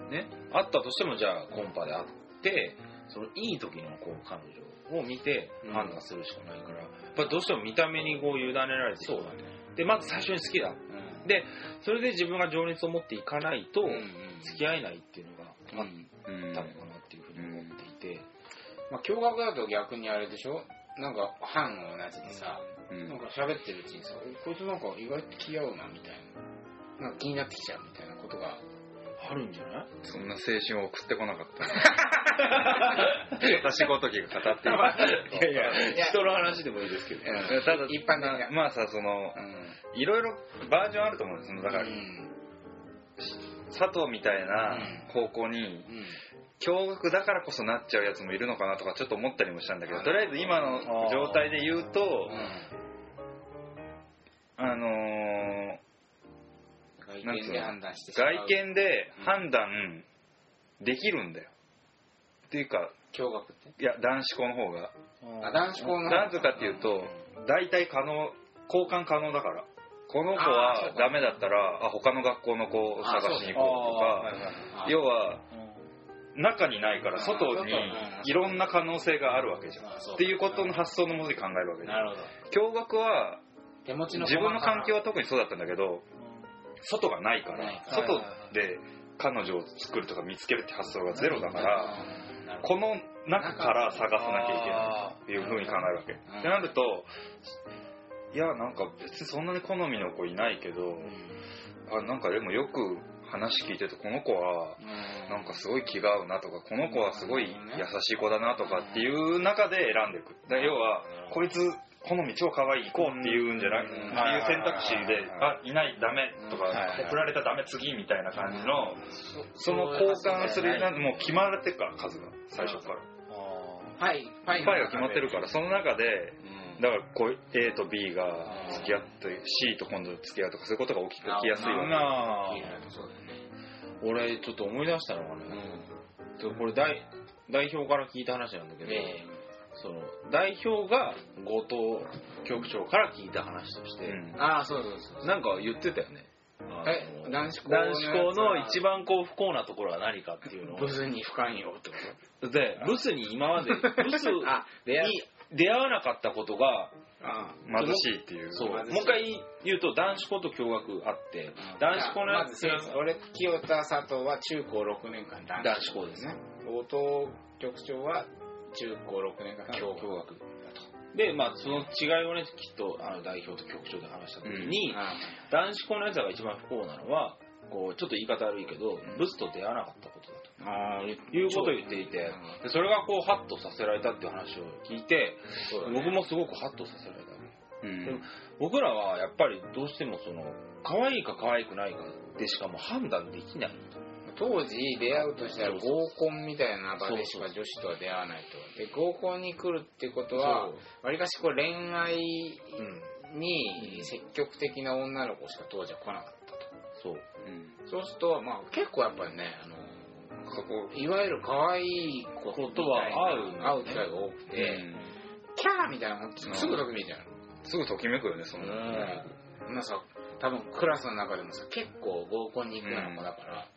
Speaker 1: もんね
Speaker 2: ねあったとしてもじゃあコンパであってそのいい時のこう彼女を見て
Speaker 1: うん
Speaker 2: 判断するしかないから、やっぱりどうしても見た目にこう委ねられて
Speaker 1: そうだね
Speaker 2: でまず最初に好きだ
Speaker 1: うん
Speaker 2: でそれで自分が情熱を持っていかないと
Speaker 1: うん
Speaker 2: 付き合えないっていうのがあっ
Speaker 1: うん
Speaker 3: うん
Speaker 2: ったのかなっていうふうに思っていて、
Speaker 1: まあ共学だと逆にあれでしょなんか班が同じでさ
Speaker 3: うん
Speaker 1: なんか喋ってるうちにさおこいつなんか意外と気合うなみたいななんか気になってきちゃうみたいなことが
Speaker 2: あるんじゃない
Speaker 3: そんな青春を送ってこなかった ね私ごときが語っている
Speaker 2: いやいや人の話でもいいですけど
Speaker 1: うん
Speaker 3: ただ
Speaker 1: 一般的な
Speaker 3: まあさその
Speaker 1: うん
Speaker 3: いろいろバージョンあると思うんですよそのだから
Speaker 1: うん
Speaker 3: 佐藤みたいな高校に
Speaker 1: うん
Speaker 3: 驚学だからこそなっちゃうやつもいるのかなとかちょっと思ったりもしたんだけど
Speaker 1: あー
Speaker 3: とりあえず今の状態で言うと
Speaker 1: う
Speaker 3: あのー
Speaker 1: ん外見で判断してしまう
Speaker 3: 外見で判断できるんだよっていうか
Speaker 1: 共学って
Speaker 3: いや男子校の方が
Speaker 1: あ男子校の
Speaker 3: なぜかっていうと大体可能交換可能だからこの子
Speaker 1: あーそ
Speaker 3: は
Speaker 1: うか
Speaker 3: ダメだったらあ他の学校の子を探しに行こ
Speaker 2: あー
Speaker 3: うとか要は中にないか
Speaker 1: あ
Speaker 3: ら
Speaker 1: ー
Speaker 3: 外にいろんな可能性があるわけじゃんっていうことの
Speaker 1: 話
Speaker 3: 発想の文字考えるわけじゃ
Speaker 1: なんるほど
Speaker 3: 驚学は
Speaker 1: 手持ちの
Speaker 3: 自分の環境は特にそうだったんだけど外がないか
Speaker 1: ない
Speaker 3: ら
Speaker 1: から
Speaker 3: 外で彼女を作るとか見つけるって発想がゼロだからこの中から探さなきゃいけないっていうふうに考えるわけ。
Speaker 1: ん
Speaker 3: ってなるといやなんか別にそんなに好みの子いないけどあなんかでもよく話聞いててこの子はなんかすごい気が合うなとかこの子はすごい優しい子だなとかっていう中で選んでいくだから要はこいつ好み超可愛い行こうっていうんじゃなく
Speaker 1: う
Speaker 3: て
Speaker 1: ん
Speaker 3: いう選択肢で
Speaker 1: うん
Speaker 3: あいないダメとか
Speaker 1: うんはいはい
Speaker 3: 振られたダメ次みたいな感じのその交換するなんもう決まってるから数が最初から
Speaker 1: パイパイ
Speaker 3: パイが決まってるからその中でだからこう A と B が
Speaker 1: うん
Speaker 3: 付き合って C と今度付き合うとかそういうことが起き起きやすい
Speaker 2: そん
Speaker 3: わ
Speaker 2: な
Speaker 1: うんいやそうだよね
Speaker 2: 俺ちょっと思い出したのが
Speaker 1: う
Speaker 2: ね、
Speaker 1: ん
Speaker 2: これ代代表から聞いた話なんだけど、
Speaker 1: え
Speaker 2: その代表が後藤局長から聞いた話とし
Speaker 3: け
Speaker 2: て、
Speaker 3: う
Speaker 1: え
Speaker 3: ん
Speaker 1: ああそうそうそう
Speaker 2: なんか言ってたよねあの
Speaker 1: え男子校
Speaker 2: 男子校の一番こう不幸なところは何かっていう の
Speaker 1: ブスに不寛容ってこ
Speaker 2: をでブスに今 までブス
Speaker 1: とあ出会い
Speaker 2: に出会わなかったことが
Speaker 1: あ
Speaker 3: 貧しいっていう
Speaker 2: そうも
Speaker 1: ま
Speaker 2: う
Speaker 1: ず
Speaker 2: 一回言うと男子校と共学あって男子校のや
Speaker 1: まず
Speaker 2: つが
Speaker 1: 俺清田佐藤は中高6年間
Speaker 2: 男子校ですね
Speaker 1: ね後藤局長は中高6年間
Speaker 2: 共
Speaker 1: 教
Speaker 2: 学でまあその違いをねきっとあの代表と局長で話した時に、男子校のやつらが一番不幸なのはこうちょっと言い方悪いけど、ブスと出会わなかったことだと
Speaker 1: ああ
Speaker 2: いうことを言っていてでそれがこうハッとさせられたっていう話を聞いて、僕もすごくハッとさせられた
Speaker 3: うん
Speaker 2: でも僕らはやっぱりどうしてもその可愛いか可愛くないかでしかもう判断できない
Speaker 1: 当時出会うとしたら
Speaker 2: そうそう
Speaker 1: 合コンみたいな場でしか
Speaker 2: そう
Speaker 1: 女子とは出会わないとで合コンに来るってことは
Speaker 2: そう
Speaker 1: わりかしこう恋愛
Speaker 2: うんう
Speaker 1: に
Speaker 2: ん
Speaker 1: 積極的な女の子しか当時は来なかっ
Speaker 2: そう
Speaker 1: たそうするとまあ結構やっぱりねあの
Speaker 3: なんかこう
Speaker 1: いわゆる可愛い子みたいな
Speaker 2: ことは合うのね
Speaker 1: 合う機会が多くて、
Speaker 3: うん
Speaker 1: キャーみたいなのもすぐときめいちゃう
Speaker 3: すぐときめくよねその
Speaker 1: の、うん、まあさ多分クラスの中でもさ結構合コンに行くような子だから、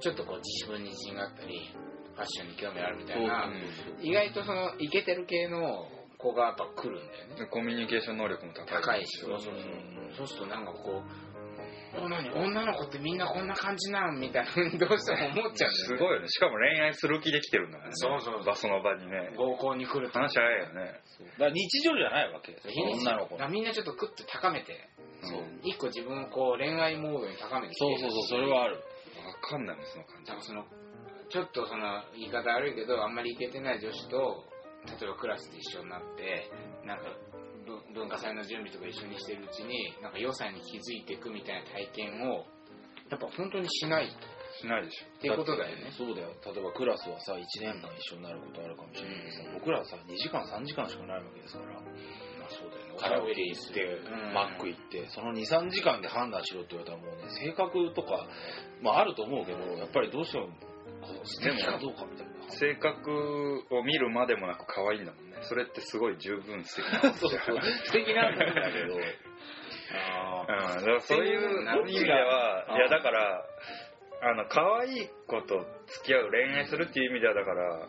Speaker 1: ちょっとこう自分に自信があったりファッションに興味あるみたいな、意外とそのイケてる系の子がやっぱ来るんだよね
Speaker 3: でコミュニケーション能力も高
Speaker 1: 高
Speaker 3: い
Speaker 1: いしそううそうそうそうするとなんかこうお何女の子ってみんなこんな感じなんみたいな風にどうしても思っちゃうんだ
Speaker 3: す
Speaker 1: よね
Speaker 3: ごいよねしかも恋愛する気で来てるんだからね
Speaker 1: そうそうそう
Speaker 3: 場その場にね
Speaker 1: 合コンに来ると
Speaker 3: 話早いよね
Speaker 2: そうだから日常じゃないわけですよ
Speaker 1: 非日常
Speaker 2: 女の子
Speaker 1: だ
Speaker 2: の
Speaker 1: からみんなちょっとクッと高めて
Speaker 3: そう
Speaker 1: 一個自分をこう恋愛モードに高めてきて
Speaker 2: そう
Speaker 1: る
Speaker 2: そうそうそれはある
Speaker 3: 分かんないもんその感じ
Speaker 1: だからそのちょっとその言い方悪いけどあんまりイケてない女子と例えばクラスで一緒になってなんかぶ文化祭の準備とか一緒にしてるうちになんか良さに気づいていくみたいな体験をやっぱ本当にしないっ
Speaker 3: しないでしょ
Speaker 1: ていうことだよね
Speaker 2: そうだよ例えばクラスはさ1年間一緒になることあるかもしれないけどさ僕らはさ2時間3時間しかないわけですか
Speaker 1: ま
Speaker 2: ら
Speaker 1: あそうだよね
Speaker 2: カラオケ行ってマック行ってその23時間で判断しろって言われたらもうね性格とかまああると思うけどやっぱりどうしてもこう素敵かどうかみたいな
Speaker 3: 性格を見るまでもなく可愛いんだもんねそれってすごい十分素 敵なこ
Speaker 2: そ
Speaker 3: と
Speaker 2: う
Speaker 3: じ
Speaker 2: そ
Speaker 3: ゃん
Speaker 2: う素敵なんだけど
Speaker 1: あ
Speaker 3: うん、だからそういう意味では
Speaker 2: どっちが
Speaker 3: いやだからあの可愛い子と付き合う恋愛するっていう意味ではだから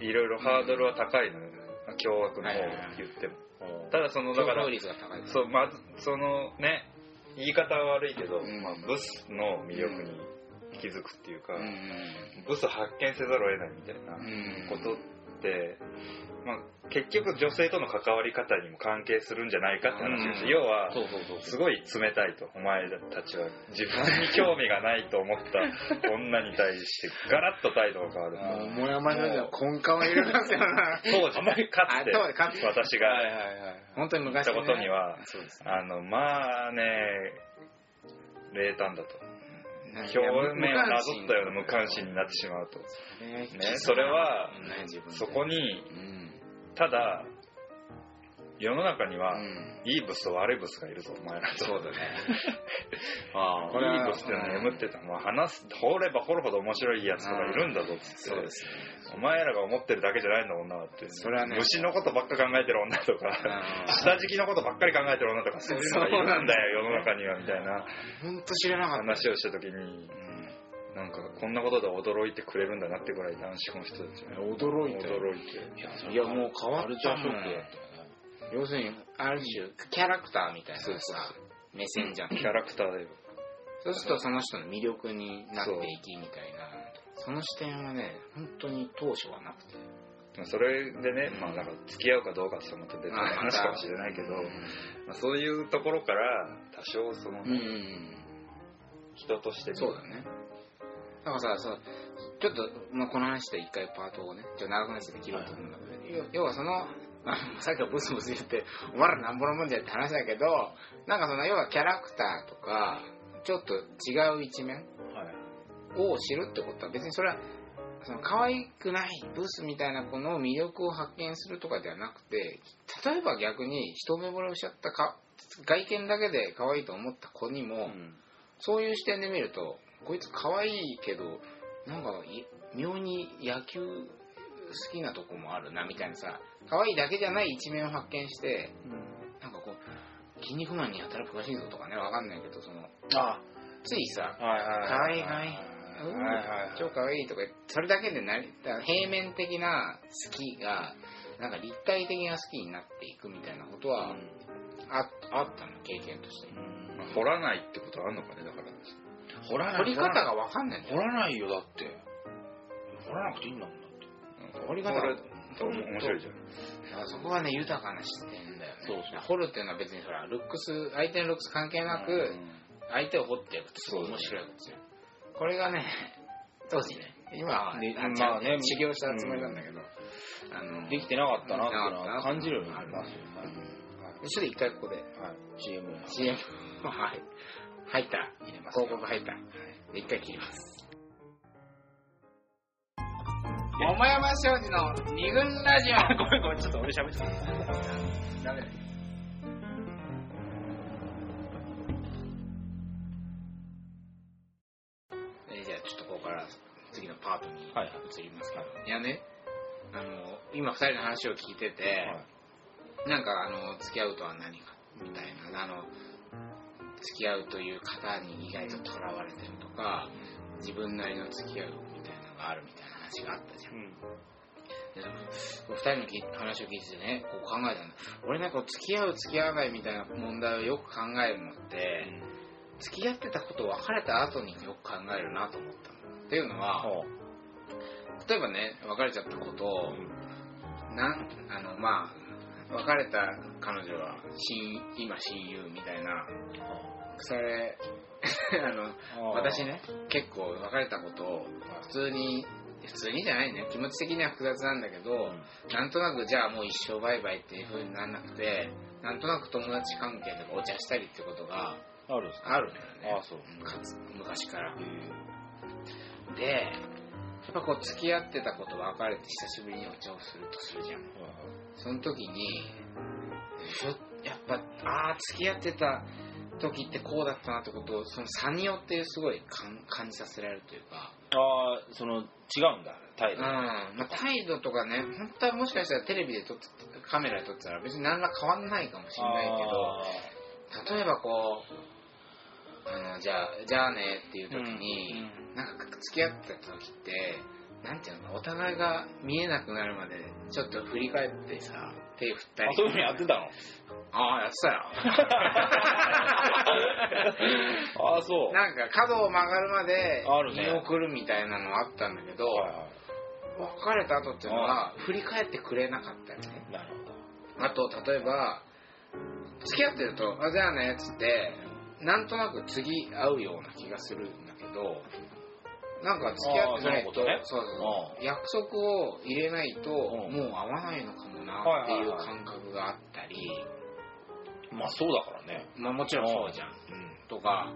Speaker 3: いろいろハードルは高いのよね凶悪の方を言ってもただそのだ
Speaker 1: だ
Speaker 3: か
Speaker 1: からら率が高いです
Speaker 3: そうまずそのね言い方は悪いけど、
Speaker 1: うん
Speaker 3: まあ、ブスの魅力に気づくっていうか、
Speaker 1: うん
Speaker 3: ブス発見せざるを得ないみたいな
Speaker 1: うん
Speaker 3: ことって、まあ、結局女性との関わり方にも関係するんじゃないかって話です、
Speaker 1: うん
Speaker 3: 要は
Speaker 2: そうそうそう
Speaker 3: すごい冷たいとお前たちは自分に興味がないと思 った女に対してガラッと態度が変わる
Speaker 2: あー
Speaker 1: もやもやの根幹を入れ ますよな
Speaker 3: 当時ねかつて
Speaker 1: あ当時かつて
Speaker 3: 私
Speaker 2: はい
Speaker 3: が
Speaker 2: はいはい
Speaker 1: 本当に
Speaker 3: 言っ
Speaker 1: 昔
Speaker 3: た
Speaker 1: ね
Speaker 3: ことには
Speaker 1: そうですね
Speaker 3: あのまあね冷淡だと表面をなぞったような無関心になってしまうと
Speaker 1: ね
Speaker 3: それは
Speaker 1: 自分で
Speaker 3: そこに
Speaker 1: うん
Speaker 3: ただ世の中には、
Speaker 1: うん
Speaker 3: いいブスと悪いブスがいるぞお前らと
Speaker 1: そうだね
Speaker 2: あ
Speaker 1: これはい
Speaker 3: いブスっていうのは眠ってた、まあ、話す掘れば掘るほど面白いやつとかいるんだぞっつって
Speaker 1: す
Speaker 3: お前らが思ってるだけじゃないんだ女はって
Speaker 1: それはね
Speaker 3: 虫のことばっか考えてる女とか下敷きのことばっかり考えてる女とかそういうのがいるんだよ世の中にはみたいな
Speaker 1: 本当知らなかった
Speaker 3: 話をした時になんかこんなことで驚いてくれるんだなってぐらい男子校の人たちは
Speaker 1: 驚いたよ
Speaker 3: 驚い
Speaker 1: い
Speaker 3: て
Speaker 1: やもう変わ
Speaker 2: カル
Speaker 1: っ
Speaker 2: チ
Speaker 1: た
Speaker 2: ャーシ
Speaker 1: も
Speaker 2: ョ
Speaker 1: ん
Speaker 2: ックだったよね
Speaker 1: 要するにある種キャラクターみたいなさ
Speaker 3: そうそう
Speaker 1: 目線じゃん
Speaker 3: キャラクターだよ
Speaker 1: そうするとその人の魅力になっていきみたいなその視点はね本当に当初はなくて
Speaker 3: まあそれでね、まあ、なんか付き合うかどうかってまた別の話かもしれないけど、まあ、そういうところから多少その、
Speaker 1: うん、うん
Speaker 3: 人としてね
Speaker 1: そうだね。だからさ、そうちょっと、まあ、この話で一回パートをね、ちょっと長くなっちゃって切ろうと思うんだけど、要要はその、 まあ、さっきはブスブス言って、お前らなんぼのもんじゃって話だけど、なんかその、要はキャラクターとか、ちょっと違う一面
Speaker 2: はい
Speaker 1: を知るってことは、別にそれは、その可愛くないブスみたいな子の魅力を発見するとかではなくて例えば逆に一目惚れをしちゃったか外見だけで可愛いと思った子にも、そういう視点で見ると、こいつ可愛いけど、なんかい、妙に野球好きなとこもあるな、みたいなさ、可愛いだけじゃない一面を発見して、なんかこう、筋肉マンにやたら詳しいぞとかね、わかんないけど、その、
Speaker 2: あ
Speaker 1: ついさ、
Speaker 2: はいはい
Speaker 1: 可愛い可愛い、う
Speaker 2: はい
Speaker 1: ん
Speaker 2: はいはい
Speaker 1: 超可愛いとか、それだけでなり、だから平面的な好きが、なんか立体的な好きになっていくみたいなことは、
Speaker 2: うん
Speaker 1: ああったの、経験として。
Speaker 3: まあ掘らないってことはあるのかねだから
Speaker 2: 掘らない
Speaker 1: 取り方がわかんないんだよ
Speaker 2: 掘らないよだって掘らなくていいんだもんだって
Speaker 1: 掘り方
Speaker 3: 掘ると面白いじゃん
Speaker 1: あそこはね豊かな視点だよね
Speaker 2: そうそう
Speaker 1: 掘るっていうのは別にそれはルックス相手のルックス関係なく、相手を掘っていくってすごい面白いことですよこれがね 当時ね今は
Speaker 2: で
Speaker 1: あ
Speaker 2: まあね
Speaker 1: 修行したつもりなんだけど、あの
Speaker 2: できてなかったなっていう
Speaker 1: な
Speaker 2: の
Speaker 1: かったな
Speaker 2: は感じるようになりますよ
Speaker 1: ちょっと一回ここで
Speaker 2: はい、はい、CM や
Speaker 1: CM はい入った
Speaker 2: 入れます
Speaker 1: 広告入ったで一回切ります桃山商事の二軍ラジオ
Speaker 2: ごめんごめんちょっと俺喋ってた
Speaker 1: ダメだえーじゃあちょっとここから次のパートに
Speaker 2: はい
Speaker 1: 移りますけど、い、やねあの今2人の話を聞いてて、なんかあの付き合うとは何かみたいなあの付き合うという方に意外ととらわれてるとか自分なりの付き合うみたいなのがあるみたいな話があったじゃんでお二人のき話を聞いててねこう考えたの俺なんか付き合う付き合わないみたいな問題をよく考えるのって、付き合ってたことを別れた後によく考えるなと思ったのっていうのは、例えばね別れちゃったことを、なんあのまあ別れた彼女は親今親友みたいなそれ あの私ね結構別れたことを普通に普通にじゃないね気持ち的には複雑なんだけど、なんとなくじゃあもう一生バイバイっていう風にならなくてなんとなく友達関係とかお茶したりってことが
Speaker 2: あるんですか
Speaker 1: あるんだよね
Speaker 2: あそう
Speaker 1: かつ昔から
Speaker 2: え
Speaker 1: でやっぱこう付き合ってたこと別れて久しぶりにお茶をするとするじゃんその時にひょやっぱああ付き合ってた時ってこうだったなってことをその差によってすごい感感じさせられるというか
Speaker 2: ああその違うんだ態
Speaker 1: うん、
Speaker 2: 度
Speaker 1: まあ、態度とかね本当はもしかしたらテレビで撮ってカメラで撮ってたら別に何ら変わんないかもしれないけど例えばこうあのじゃあじゃあねっていう時に、なんか付き合ってた時ってなんていうのお互いが見えなくなるまでちょっと振り返ってさ手振った
Speaker 2: あ
Speaker 1: り
Speaker 2: そういうふうにやってたの
Speaker 1: ああやって たよ
Speaker 2: ああそう
Speaker 1: なんか角を曲がるまで
Speaker 2: あるね
Speaker 1: 見送るみたいなのあったんだけど、
Speaker 2: はいは
Speaker 1: 別れた後っていうのは振り返ってくれなかったよね
Speaker 2: いなるほど
Speaker 1: あと例えば付き合ってると「あじゃあね」っつってなんとなく次会うような気がするんだけどなんか付き合ってないと
Speaker 2: あーそのことね
Speaker 1: そうそうそう約束を入れないともう
Speaker 2: うん
Speaker 1: 会わないのかもなっていう
Speaker 2: はいはいはい
Speaker 1: 感覚があったり、
Speaker 2: まあそうだからね
Speaker 1: まあもちろんそうじゃん、とか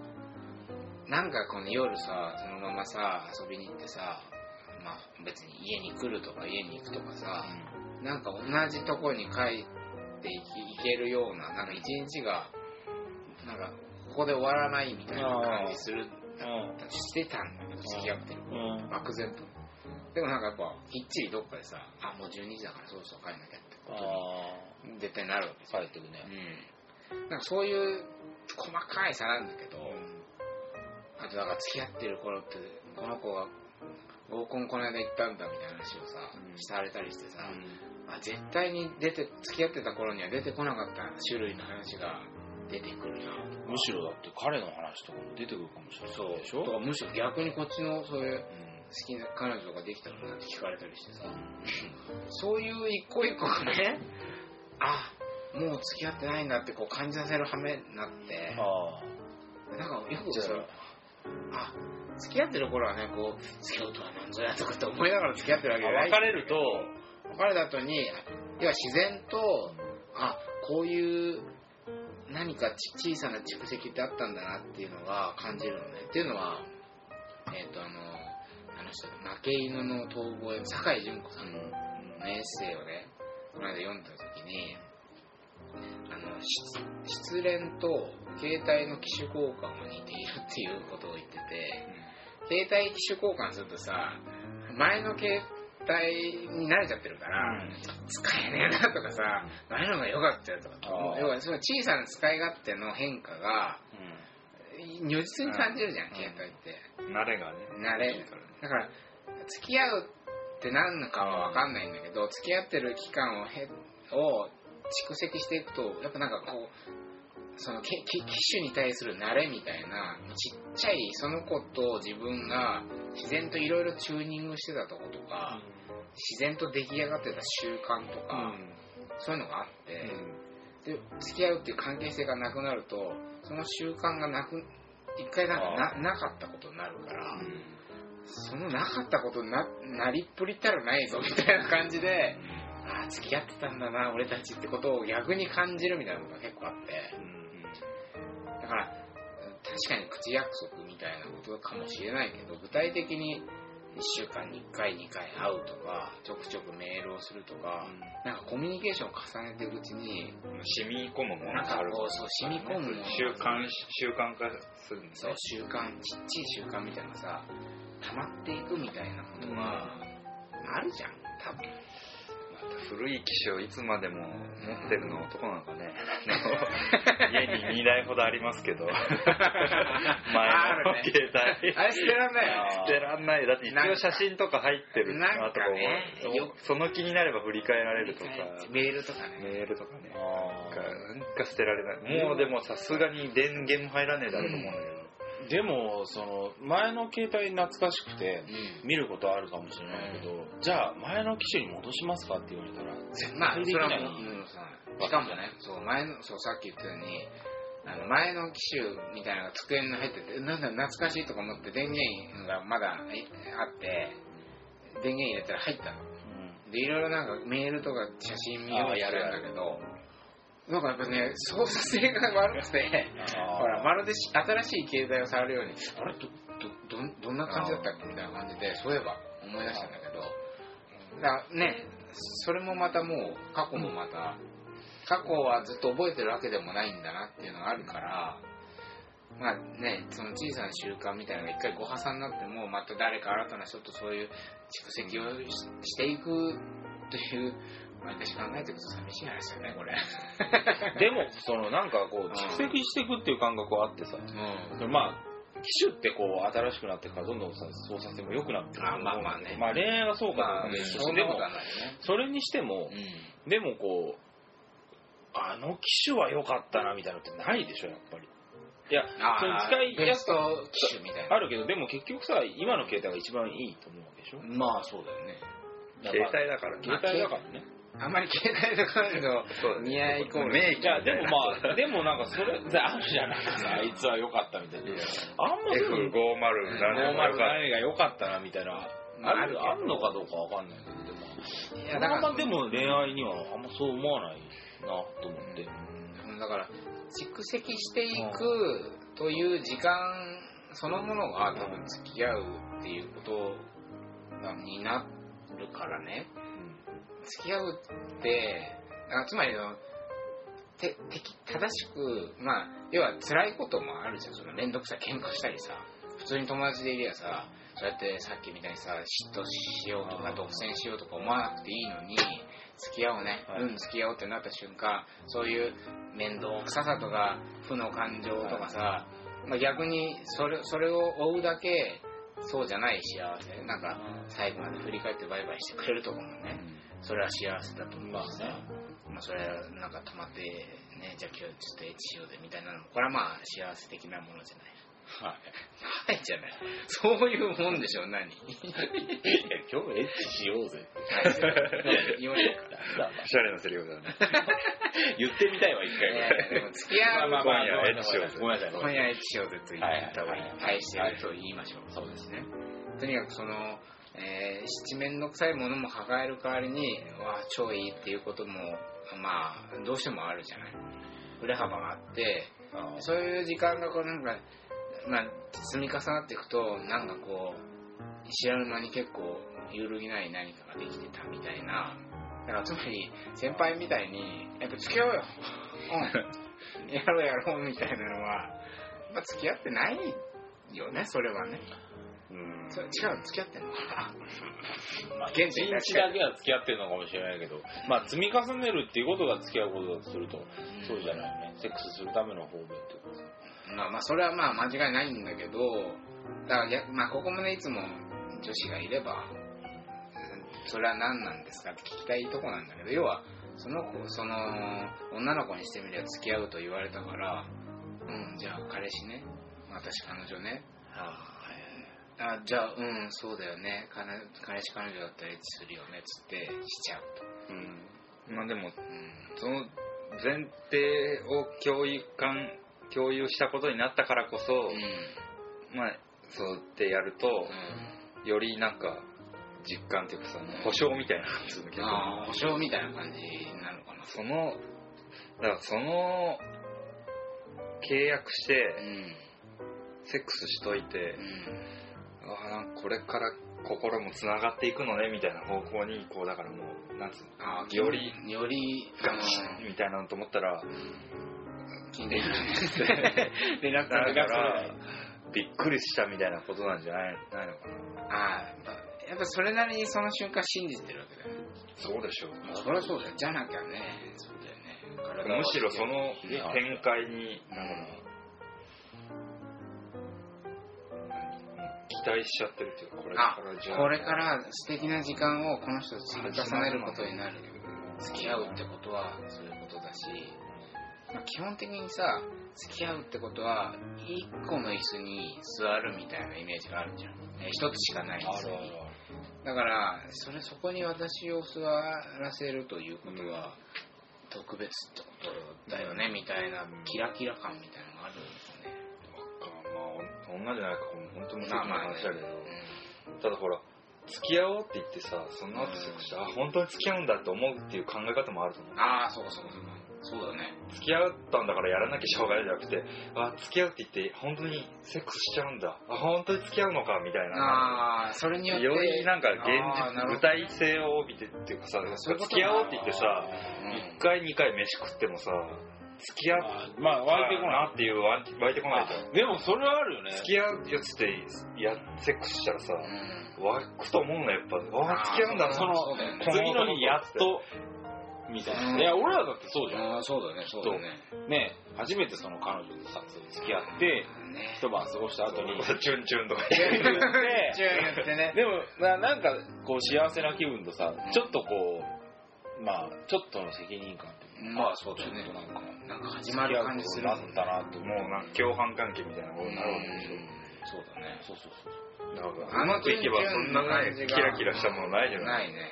Speaker 1: なんかこの夜さそのままさ遊びに行ってさまあ別に家に来るとか家に行くとかさ、なんか同じとこに帰っていき行けるようななんか一日がなんかここで終わらないみたいな感じする
Speaker 2: うん
Speaker 1: してたんだけど付き合ってる子
Speaker 2: うん
Speaker 1: 漠然とでもなんかやっぱきっちりどっかでさあもう12時だからそろそろ帰んなきゃってこ
Speaker 2: あ
Speaker 1: とに絶対なるわけ
Speaker 2: あ帰ってくね
Speaker 1: うん、なんかそういう細かい差なんだけど、あとなんか付き合ってる頃ってこの子が合コンこの間行ったんだみたいな話をさ、
Speaker 2: うん
Speaker 1: されたりしてさ、あ絶対に出て付き合ってた頃には出てこなかった種類の話が出てくるじゃん
Speaker 2: むしろだって彼の話とかも出てくるかもしれないでし
Speaker 1: だ
Speaker 2: ょ
Speaker 1: からむしろ逆にこっちのそういう
Speaker 2: う
Speaker 1: 好きな彼女ができたのなんて聞かれたりしてさそういう一個一個がねあもう付き合ってないんだってこう感じさせる羽目になって
Speaker 2: んああ
Speaker 1: なんかよ
Speaker 2: じ
Speaker 1: く
Speaker 2: ゃ
Speaker 1: そのあ付き合ってる頃はねこう付き合うとは何ぞやとかって思いながら付き合ってるわけじゃ
Speaker 2: あ
Speaker 1: ない
Speaker 2: 別れると
Speaker 1: 別れた後にあ要は自然とあこういう何かち小さな蓄積ってあったんだなっていうのが感じるのねっていうのはえっ、とあのあの人負け犬の遠吠え酒井純子さんのエッセイをねこの間読んだ時にあの失失恋と携帯の機種交換が似ているっていうことを言ってて携帯機種交換するとさ前の携帯に慣れちゃってるから、使えねえなとかさ前のが良かったよとか
Speaker 2: あー
Speaker 1: 要はその小さな使い勝手の変化が如実に感じるじゃん、
Speaker 3: うん
Speaker 1: 携帯って
Speaker 3: 慣れがね
Speaker 1: 慣れ
Speaker 3: いいからね
Speaker 1: だから付き合うって何のかは分かんないんだけど付き合ってる期間をへを蓄積していくとやっぱなんかこうそのけき機種に対する慣れみたいなちっちゃいその子と自分が自然といろいろチューニングしてたとことか自然と出来上がってた習慣とか、そういうのがあって、で付き合うっていう関係性がなくなるとその習慣がなく一回なんかななかったことになるから、そのなかったことにななりっぷりったらないぞみたいな感じで、ああ付き合ってたんだな俺たちってことを逆に感じるみたいなことが結構あってだから確かに口約束みたいなことかもしれないけど具体的に1週間に1回2回会うとかちょくちょくメールをするとか、なんかコミュニケーションを重ねていくうちに
Speaker 3: 染み込むもの
Speaker 1: なん
Speaker 3: が
Speaker 1: か
Speaker 3: ある
Speaker 1: こうそう染み込むもの
Speaker 3: 習慣習慣化するんです
Speaker 1: そう習慣ちっちゃい習慣みたいなのさ溜まっていくみたいなことがあるじゃん多分
Speaker 3: また古い機種をいつまでも持ってるのは男なの かね家に2台ほどありますけど前
Speaker 1: あ
Speaker 3: の
Speaker 1: るね
Speaker 3: 携帯
Speaker 1: あれ捨てらんないよ
Speaker 3: 捨てらんないだって一応写真とか入ってるな
Speaker 1: なん
Speaker 3: と
Speaker 1: か
Speaker 3: か
Speaker 1: ね
Speaker 3: 思う
Speaker 1: よ
Speaker 3: その気になれば振り返られるとか
Speaker 1: メールとかね
Speaker 3: メールとかね
Speaker 2: あ
Speaker 3: なんか
Speaker 2: ー
Speaker 3: なんか捨てられないもうでもさすがに電源も入らねえだろうと思うんだけ
Speaker 2: で
Speaker 3: ど、
Speaker 2: もその前の携帯懐かしくて
Speaker 1: う
Speaker 2: 見ることはあるかもしれないけど、じゃあ前の機種に戻しますかって言われたら
Speaker 1: んまあそ
Speaker 2: 対でき
Speaker 1: れ
Speaker 2: な
Speaker 1: はいもう、うんそうしかもねそう前のそうさっき言ったようにあの前の機種みたいなのが机に入っててなんだ懐かしいとか思って電源がまだえあって電源入れたら入ったのでいろいろなんかメールとか写真見ようとするんだけどなんかやっぱね操作性が悪くて
Speaker 2: あー
Speaker 1: ほらまるでし新しい携帯を触るようにあれどどどんどんな感じだったっけみたいな感じでそういえば思い出したんだけどだからねそれもまたもう過去もまた過去はずっと覚えてるわけでもないんだなっていうのがあるからまあねその小さな習慣みたいなのが一回ご破産になってもまた誰か新たな人とそういう蓄積をししていくという毎年考えていくと寂しい話だねこれ。
Speaker 2: でもそのなんかこう蓄積していくっていう感覚はあってさ
Speaker 1: うん
Speaker 2: まあ機種ってこう新しくなってからどんどんさ操作性も良くなってくると思うんだ
Speaker 1: あまあ
Speaker 2: けど
Speaker 1: まあね
Speaker 2: まあ恋愛がそうか
Speaker 1: ま
Speaker 2: ど
Speaker 1: あ
Speaker 2: うか別とし
Speaker 1: そ
Speaker 2: て
Speaker 1: ん
Speaker 2: で
Speaker 1: なこと
Speaker 2: も
Speaker 1: はないね。
Speaker 2: それにしてもでもこうあの機種は良かったなみたいなのってないでしょやっぱりいや
Speaker 1: あ
Speaker 2: その使い
Speaker 1: ベ
Speaker 2: や
Speaker 1: ス
Speaker 2: す
Speaker 1: ト機種みたいな。
Speaker 2: あるけどでも結局さ今の携帯が一番いいと思うわけでしょ
Speaker 1: まあそうだよね。
Speaker 3: 携帯だからね
Speaker 2: 携帯だからね
Speaker 1: あんまり携帯と彼女の
Speaker 3: そうだね
Speaker 1: 似合いイコール
Speaker 3: 名機
Speaker 2: いやでもまあでもなんかそれ あるじゃないですかあいつは良かったみたいなあんまそういう
Speaker 3: F50
Speaker 2: ノ
Speaker 3: 何
Speaker 2: ー
Speaker 3: も
Speaker 2: マ
Speaker 3: よ
Speaker 2: ル
Speaker 3: かっ
Speaker 2: 何が良かったなみたいな
Speaker 1: ま
Speaker 2: あ
Speaker 1: あ
Speaker 2: るあるのかどうかわかんないけどでも
Speaker 1: い
Speaker 2: あ
Speaker 1: や
Speaker 2: ん
Speaker 1: だ
Speaker 2: ま
Speaker 1: から
Speaker 2: あんまでも恋愛にはあんまそう思わないなと思って
Speaker 1: うんだから蓄積していくという時間そのものが多分付き合うっていうことになるからね付き合うってあつまりあのて適正しくまあ要は辛いこともあるじゃんその面倒くさい喧嘩したりさ普通に友達でいりゃさそうやってさっきみたいにさ嫉妬しようとか独占しようとか思わなくていいのに付き合おうね、
Speaker 2: はい
Speaker 1: うん付き合おうってなった瞬間そういう面倒くささとか負の感情とかさ、まあ、逆にそれそれを追うだけそうじゃない幸せなんか最後まで振り返ってバイバイしてくれるとかもねそれは幸せだと思うしさ、まあ、それはなんかたまってねじゃあ今日ちょっとエッチしようぜみたいなのもこれはまあ幸せ的なものじゃない
Speaker 2: はい。
Speaker 1: はい じゃないそういうもんでしょ何
Speaker 2: 今日エッチしようぜ。
Speaker 1: 言われるから
Speaker 3: おしゃれなセリフだね。
Speaker 2: 言ってみたいわ、一回ぐらい。
Speaker 1: いやいやでも付き合う
Speaker 3: まあ今夜エッチしようぜ
Speaker 2: ごめんなさい。ご
Speaker 1: 今
Speaker 2: めん
Speaker 1: 夜エ
Speaker 2: なさい。
Speaker 1: ッチしようぜと言った方がいい
Speaker 2: はいはいはい
Speaker 1: 対してると言いましょう、そうですねとにかくその、えー七面倒くさいものも抱える代わりにわあ超いいっていうこともまあどうしてもあるじゃない売れ幅があって
Speaker 2: あ
Speaker 1: そういう時間がこうなんか、まあ、積み重なっていくとなんかこう知らぬ間に結構揺るぎない何かができてたみたいなだからつまり先輩みたいにやっぱ付き合おうよ、 うん、やろうやろうみたいなのは、まあ、付き合ってないよねそれはね
Speaker 2: うん
Speaker 1: それ違うの付き合ってんのかな
Speaker 2: まあ、
Speaker 1: 現
Speaker 2: 現
Speaker 1: 地
Speaker 2: 地
Speaker 1: に
Speaker 2: だけは付き合ってるのかもしれないけど、まあ、積み重ねるっていうことが付き合うことだとすると、 そうじゃないね。セックスするための方面ってこと
Speaker 1: まあまあそれはまあ間違いないんだけどだから逆まあここもねいつも女子がいればうんそれは何なんですかって聞きたいとこなんだけど要はその子その女の子にしてみれば付き合うと言われたからうんじゃあ彼氏ね私彼女ねあじゃあうんそうだよね彼彼氏彼女だったらエッチするよねっつってしちゃうと
Speaker 3: うん。まあで
Speaker 1: う
Speaker 3: も、
Speaker 1: ん
Speaker 3: その前提を共有感、共有したことになったからこそ、
Speaker 1: うん
Speaker 3: まあ、そうやってやると、よりなんか、実感っていうかさ、保証みたいな感じの
Speaker 1: うん、ああ保証みたいな感じなのかな
Speaker 3: その、だからその、契約し
Speaker 1: う
Speaker 3: て、
Speaker 1: ん
Speaker 3: セックスしといて
Speaker 1: う、ん
Speaker 3: ああ、なんかこれから心も繋がっていくのね、みたいな方向に、こう、だからもう、なんつうの、
Speaker 1: ああ
Speaker 3: より、
Speaker 1: よりあ
Speaker 3: ガ
Speaker 1: の
Speaker 3: チッみたいなのと思ったら、
Speaker 1: 金で連絡取
Speaker 3: だか
Speaker 1: れ
Speaker 3: ら、びっくりしたみたいなことなんじゃないないのかな。
Speaker 1: ああやっぱそれなりにその瞬間信じてるわけだよね
Speaker 3: そうでしょう。
Speaker 1: そりゃそうだよじゃなきゃねそうだよね体は
Speaker 3: むしろその
Speaker 2: いや
Speaker 3: 展開に、
Speaker 1: うん
Speaker 3: なんか期待しちゃってるっていうか、これ
Speaker 1: あ
Speaker 3: からじゃあ
Speaker 1: これから素敵な時間をこの人と積み重ねることになる付き合うってことはそういうことだし、まあ、基本的にさ付き合うってことは一個の椅子に座るみたいなイメージがあるじゃんえ一つしかない椅子にだからそれそこに私を座らせるということは特別ってことだよねみたいなキラキラ感みたいなのがあるんですよね
Speaker 3: かまあ女じゃないか本当に無責
Speaker 1: まあまあね
Speaker 3: 任な話だけど、ただほら付き合おうって言ってさその後セックスして、あ本当に付き合うんだって思うっていう考え方もあると思
Speaker 1: う
Speaker 3: う
Speaker 1: んああそうかそうかそうかそうだね
Speaker 3: 付き合ったんだからやらなきゃしょうがないじゃなくてあ付き合うって言って本当にセックスしちゃうんだあ本当に付き合うのかみたいな
Speaker 1: ああそれによって
Speaker 3: よりなんか現
Speaker 1: あーなるほ
Speaker 3: 実具
Speaker 1: ど
Speaker 3: 体性を帯びてっていうかさ
Speaker 1: そういうこと
Speaker 3: 付き合おうって言ってさ
Speaker 1: うん
Speaker 3: 1回2回飯食ってもさ付き合っ
Speaker 2: あまあ、
Speaker 3: た
Speaker 2: 湧いてこない
Speaker 3: なっていう湧いて湧いてこないじゃん
Speaker 2: あ。でも、それはあるよね。
Speaker 3: 付き合うやつってやセックスしたらさ、
Speaker 1: うん
Speaker 3: 湧くと思うのやっぱあ付き合うんだな
Speaker 1: その
Speaker 3: そ
Speaker 1: そうだよね
Speaker 3: こ
Speaker 2: 次の日、やっと、みたいな。いや、俺らだってそうじゃ
Speaker 1: ああそうだねそうだね
Speaker 2: ん。ね、初めてその彼女とさ、付き合って、
Speaker 1: ね
Speaker 2: 一晩過ごした後に、
Speaker 3: うチュンチュンとか
Speaker 1: チュン
Speaker 2: 言って
Speaker 1: チュン言ってね
Speaker 2: でもななんかこう幸せな気分とさちょっとこうまあちょっとの責任感っていうか
Speaker 1: まあそうだよね
Speaker 2: ちょっとなんか
Speaker 1: なんか始まる感じする
Speaker 2: な
Speaker 1: も
Speaker 2: っ
Speaker 1: んね
Speaker 2: たなって思う
Speaker 3: もうなんか共犯関係みたいなことになるわけ
Speaker 1: うんそうだね
Speaker 2: そうそうそう
Speaker 3: でしょだからうまくいけばそんなないキラキラしたものないじゃな
Speaker 1: ないいね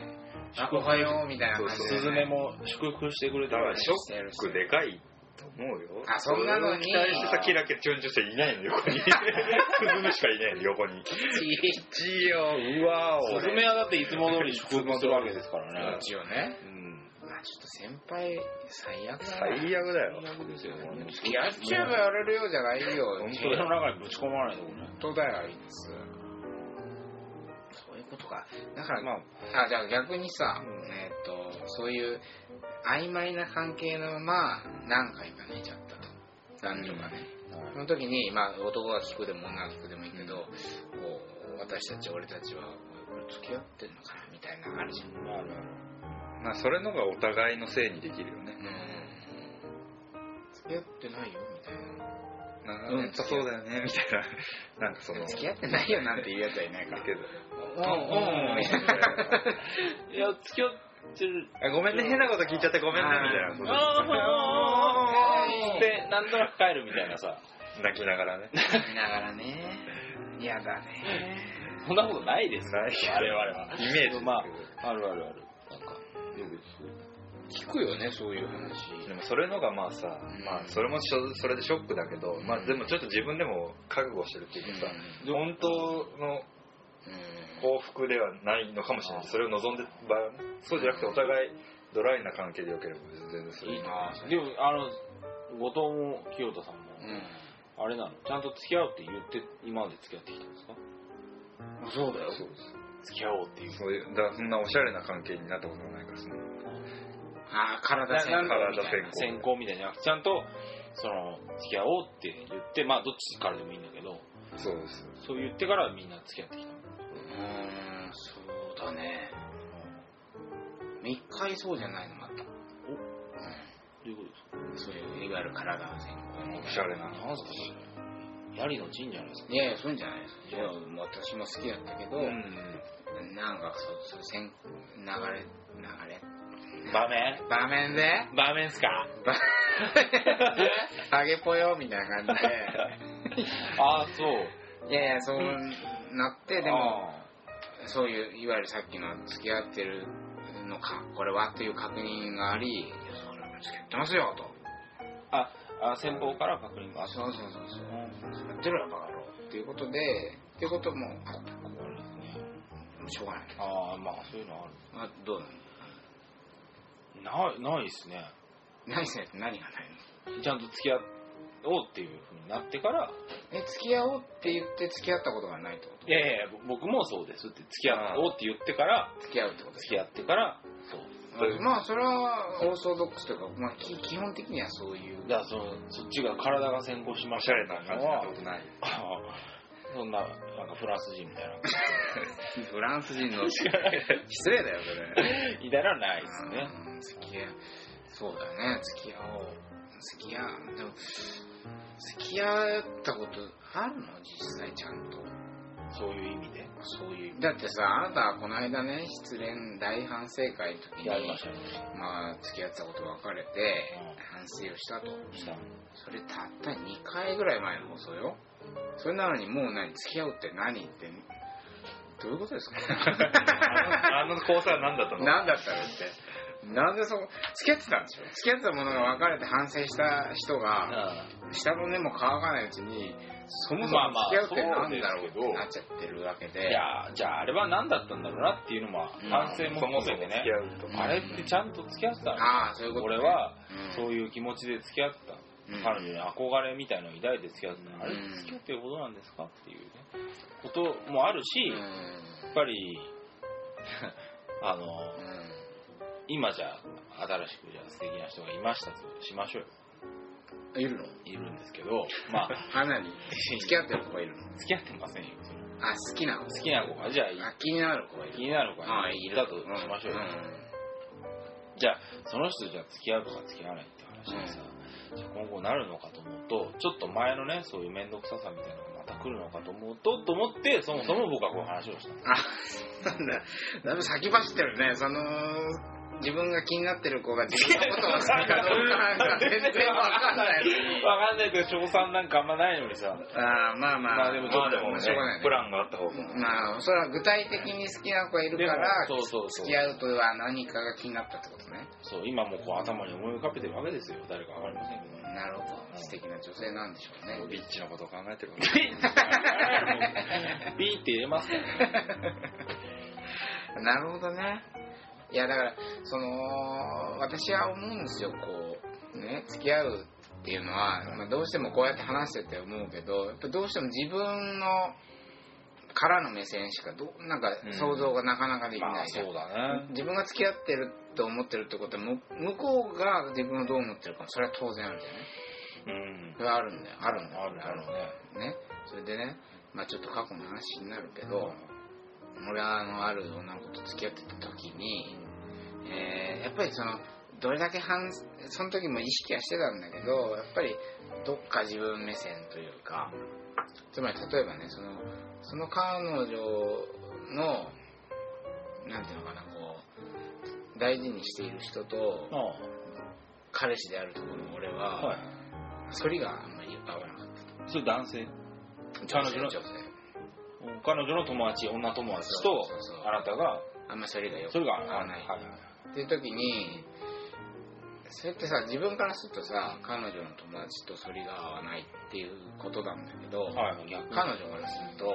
Speaker 1: あおはようみたいな感じでね
Speaker 2: スズメも祝福してくれた
Speaker 3: だか
Speaker 2: からら
Speaker 3: ショックでかいと思うよ
Speaker 1: あそんなのに
Speaker 3: 期待してさキラキラチュンチュンしていないの横 にスズメしかいないの横に
Speaker 1: ち
Speaker 3: ちようわ
Speaker 2: スズメはだっていつも通り祝福するわけですか
Speaker 1: 気
Speaker 2: ら
Speaker 1: 持
Speaker 2: ね
Speaker 1: ちよね。
Speaker 2: うん
Speaker 1: まあちょっと先輩、最悪だな。
Speaker 3: 最悪だよ
Speaker 2: 最悪ですよこれね
Speaker 1: いやっちゃえばやれるようじゃないよ。
Speaker 3: 本
Speaker 2: それの中にぶち込まないとこね
Speaker 1: 当だよ、あいつ。そういうことか。だから、
Speaker 3: まあ
Speaker 1: あ、じゃあ逆にさ、えっ、と、そういう曖昧な関係のまま何回か寝ちゃったと。男女がね。その時に、まあ、男が聞くでも女が聞くでもいいけど、こう、私たち、俺たちは、これ付き合ってんのかなみたいなのあるじゃん。
Speaker 2: まあね
Speaker 3: まあそれのがお互いのせいにできるよね
Speaker 1: 付き合ってないよみたい
Speaker 3: なん
Speaker 1: うん
Speaker 3: か本当そうだよねみたいななんかその
Speaker 1: な付き合ってないよなんて言うやつはいないから
Speaker 3: けど
Speaker 1: うんうん
Speaker 3: みたいな
Speaker 2: うんいや付き合ってる
Speaker 3: あごめんね、変なこと聞いちゃってごめんね、みたいなこと
Speaker 2: あーあーっ
Speaker 3: で
Speaker 2: てなんとなく帰るみたいなさ
Speaker 3: すね。泣きながらね。
Speaker 1: 見ながらね嫌だね
Speaker 2: そんなことないですよ
Speaker 3: ないよ
Speaker 2: 我々は
Speaker 3: イメージですけど
Speaker 2: まああるあるあるなんかよくそう
Speaker 1: 聞くよねそういう話
Speaker 3: でもそれのがまあさ、まあそれもしょそれでショックだけど、まあでもちょっと自分でも覚悟してるっていうかさ、本当の幸福ではないのかもしれないそれを望んでる場合はねそうじゃなくてお互いドライな関係でよければ全然そ
Speaker 2: いい
Speaker 3: れ
Speaker 2: と思い
Speaker 1: あ
Speaker 2: ま
Speaker 1: ーそ
Speaker 2: す
Speaker 1: う
Speaker 2: でもあの後藤も清田さんも、
Speaker 1: う
Speaker 2: あれなのちゃんと付き合うって言って今まで付き合ってきたんですか
Speaker 1: んそうだよ
Speaker 3: そうです
Speaker 2: 付き合おうっていう
Speaker 3: そういうだからそんなおしゃれな関係になったことがないからその
Speaker 1: ああ体線
Speaker 3: なんか体
Speaker 1: 線
Speaker 3: 線
Speaker 2: 先行みたいなちゃんとその付き合おうって言ってまあどっちからでもいいんだけど
Speaker 3: そうです
Speaker 2: そう言ってからみんな付き合ってきた
Speaker 1: う
Speaker 2: の
Speaker 1: ーんそうだね3回そうじゃないのもあった
Speaker 2: どういうことですか
Speaker 1: そういういわゆる神奈川線
Speaker 3: おしゃれな
Speaker 2: 何すかそれヤリの陣じゃないですか
Speaker 1: いやいやそういうんじゃないですいや私も好きやったけど、
Speaker 3: うん
Speaker 1: なんかそうそう線流れ流れ
Speaker 2: 場面
Speaker 1: 場面で
Speaker 2: 場面っすか
Speaker 1: ハゲぽよみたいな感じ
Speaker 2: ああそう
Speaker 1: でいやいやそうなってでも
Speaker 2: あ
Speaker 1: そういういわゆるさっきの付き合ってるのかこれはっていう確認がありいやそれは付き合ってますよと
Speaker 2: ーああ先方から確認があ
Speaker 1: あ
Speaker 2: った
Speaker 1: そうそうそうそうやってるよバカ野郎っていうことでっていうこともあった
Speaker 2: あるんですね
Speaker 1: しょうがない
Speaker 2: ああまあそういうのは
Speaker 1: あどう
Speaker 2: あるないないですね
Speaker 1: なのないっすねって何がないの
Speaker 2: ちゃんと付き合おうっていうふうになってから
Speaker 1: え付き合おうって言って付き合ったことがないってこと
Speaker 2: いやいやいや僕もそうですって付き合おうって言ってから
Speaker 1: 付き合うってことです
Speaker 2: 付き合ってからそう
Speaker 3: 合う
Speaker 1: まあそれはオーソドックスというか、まあ、き基本的にはそういう
Speaker 2: だからそのそっちが体が先行しま
Speaker 3: お
Speaker 2: し
Speaker 3: したゃ
Speaker 2: み
Speaker 3: れ
Speaker 2: た
Speaker 3: ない
Speaker 2: な
Speaker 3: 感
Speaker 2: の
Speaker 3: じになった
Speaker 2: は
Speaker 3: ことない
Speaker 2: そんななんかフランス人みたいな
Speaker 1: フランス人 の失礼だよそれ
Speaker 2: みたいなのはないですね
Speaker 1: うん付き合うそうだね付き合おう付き合うでも付き合ったことあるの実際ちゃんと
Speaker 2: そういう意味で
Speaker 1: そういうだってさあなたはこの間ね失恋大反省会の時に
Speaker 2: やりましたね
Speaker 1: まあ付き合ってたこと別れて
Speaker 2: うん
Speaker 1: 反省をしたと
Speaker 2: した
Speaker 1: それたった2回ぐらい前の放送よそれなのにもう何付き合うって何ってどういうことですか
Speaker 3: あの交際は何 だったの
Speaker 1: 何だったのってなんでその付き合ってたんでしょ付き合ってたものが別れて反省した人が下の根も乾かないうちにそもそも付き合うって何だろうってなっちゃってるわけで
Speaker 2: いやじゃああれは何だったんだろうなっていうのも反省も
Speaker 3: そ
Speaker 2: 含め
Speaker 3: もそも付
Speaker 2: てね
Speaker 3: き合うと
Speaker 1: も
Speaker 2: あれってちゃんと付き合ってたの
Speaker 1: ああそういうこと、ね、
Speaker 2: 俺は
Speaker 1: うん
Speaker 2: そういう気持ちで付き合ってた
Speaker 1: うん
Speaker 2: 彼女に憧れみたいのを抱いて付き合ってたあれって付き合ってることなんですかっていうねこともあるし、
Speaker 1: うん
Speaker 2: やっぱり あの今じゃあ新しくじゃあ素敵な人がいましたとしましょうよ
Speaker 1: うんいるの
Speaker 2: いるんですけどまあ
Speaker 1: あ何付き合ってる子がいるの
Speaker 2: 付き合ってませんよそれ
Speaker 1: あ好きな子
Speaker 2: 好きな子がじゃあい
Speaker 1: あ気になる子がい
Speaker 2: 気
Speaker 1: る
Speaker 2: になる子が
Speaker 1: ああい
Speaker 2: い
Speaker 1: る
Speaker 2: たとしましょう
Speaker 1: う
Speaker 2: よ、じゃあその人とじゃあ付き合うとか付き合わないって話でさ、じゃあ今後なるのかと思うとちょっと前のねそういう面倒くささみたいなのがまた来るのかと思うとと思ってそもそも僕はこの話をした
Speaker 1: ん、あそうな
Speaker 2: んで
Speaker 1: んだだいぶ先走ってるねその自分が気になってる子が自分のことを好きかどうかなんか全然分かんないのに
Speaker 2: わかんないけど賞賛なんかあんまないのにさ
Speaker 1: ああまあまあ
Speaker 2: まあでもちょっと
Speaker 1: まあしょうがないね
Speaker 3: プランがあった方が
Speaker 1: まあそれは具体的に好きな子がいるから
Speaker 2: でもそうそうそう
Speaker 1: 付き合うとは何かが気になったってことね
Speaker 2: そう今もこう頭に思い浮かべてるわけですよ誰かわかりませんけど
Speaker 1: なるほど素敵な女性なんでしょうね
Speaker 3: ビッチのことを考えてる
Speaker 2: ビーって入れますからね
Speaker 1: なるほどね。いやだからその私は思うんですよこうね付き合うっていうのは、まあ、どうしてもこうやって話してて思うけどやっぱどうしても自分のからの目線しかどうなんか
Speaker 3: うん
Speaker 1: 想像がなかなかでき
Speaker 2: ま
Speaker 1: な
Speaker 2: あ
Speaker 1: いじゃん
Speaker 2: そうだね
Speaker 1: 自分が付き合ってると思ってるってことはむ向こうが自分をどう思ってるかもそれは当然あるじゃない
Speaker 2: うん
Speaker 1: それはあるんだよあるんだよ
Speaker 2: あるあるね
Speaker 1: ねそれでねまあちょっと過去の話になるけど、俺はあのある女の子と付き合ってた時に、えーやっぱりそのどれだけ反その時も意識はしてたんだけどやっぱりどっか自分目線というかつまり例えばねそのその彼女のなんていうのかなこう大事にしている人と彼氏であるところの俺は、
Speaker 2: はい
Speaker 1: 反りがあんまり合わなかっ
Speaker 2: それ男性
Speaker 1: た
Speaker 2: 彼女の
Speaker 1: 女性
Speaker 2: 彼女の友達女友達と
Speaker 1: そうそうそう
Speaker 2: あなたが
Speaker 1: あんまり反りがよく
Speaker 2: それが
Speaker 1: 合わない、
Speaker 2: はい
Speaker 1: っていう時にそれってさ自分からするとさ彼女の友達と反りが合わないっていうことなんだけど、
Speaker 2: はい逆
Speaker 1: 彼女からすると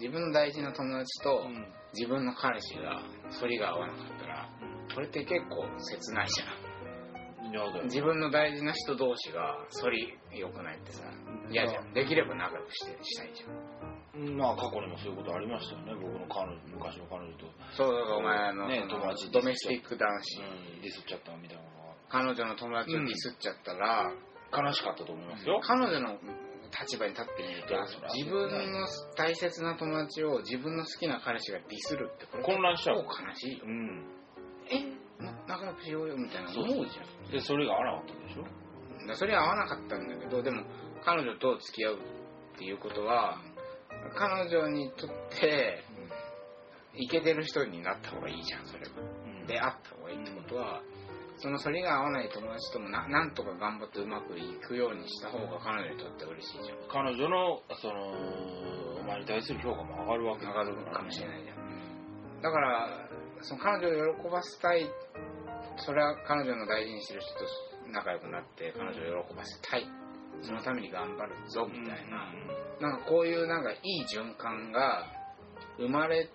Speaker 1: 自分の大事な友達と
Speaker 2: うん
Speaker 1: 自分の彼氏が反りが合わなかったらこれって結構切ないじゃん
Speaker 2: なるほど
Speaker 1: 自分の大事な人同士が反り良くないってさ嫌じゃんできれば仲良くしてしたいじゃん
Speaker 2: まあ過去にもそういうことありましたよね僕の彼女昔の彼女と、
Speaker 1: そうそうそうお前あの,、
Speaker 2: ね
Speaker 1: その
Speaker 2: 友達
Speaker 1: ドメスティック男子、
Speaker 2: うん、ディスっちゃったみたいなの
Speaker 1: 彼女の友達をディスっちゃったら、
Speaker 2: が悲しかったと思いますよ、
Speaker 1: 彼女の立場に立ってみる
Speaker 2: いやそ
Speaker 1: と
Speaker 2: れは
Speaker 1: 自分の大切な友達を自分の好きな彼氏がディスるってこれ
Speaker 2: 混乱しちゃう
Speaker 1: 結構悲しいよ
Speaker 2: うん
Speaker 1: えも仲良くしようよみたいな思うじゃん
Speaker 2: でそれが合わなかったでしょ
Speaker 1: だからそれは合わなかったんだけどでも彼女と付き合うっていうことは彼女にとってイケてる人になった方がいいじゃんそれは
Speaker 2: うん
Speaker 1: であった方がいいってことは、そのそれが合わない友達ともななんとか頑張ってうまくいくようにした方が彼女にとって嬉しいじゃん
Speaker 2: 彼女のそのお前に対する評価も上がるわけ
Speaker 1: 上がるかもしれないじゃんだからその彼女を喜ばせたいそれは彼女の大事にしてる人と仲良くなって彼女を喜ばせたいそのために頑張るぞみたいな、なんかこういうなんかいい循環が生まれる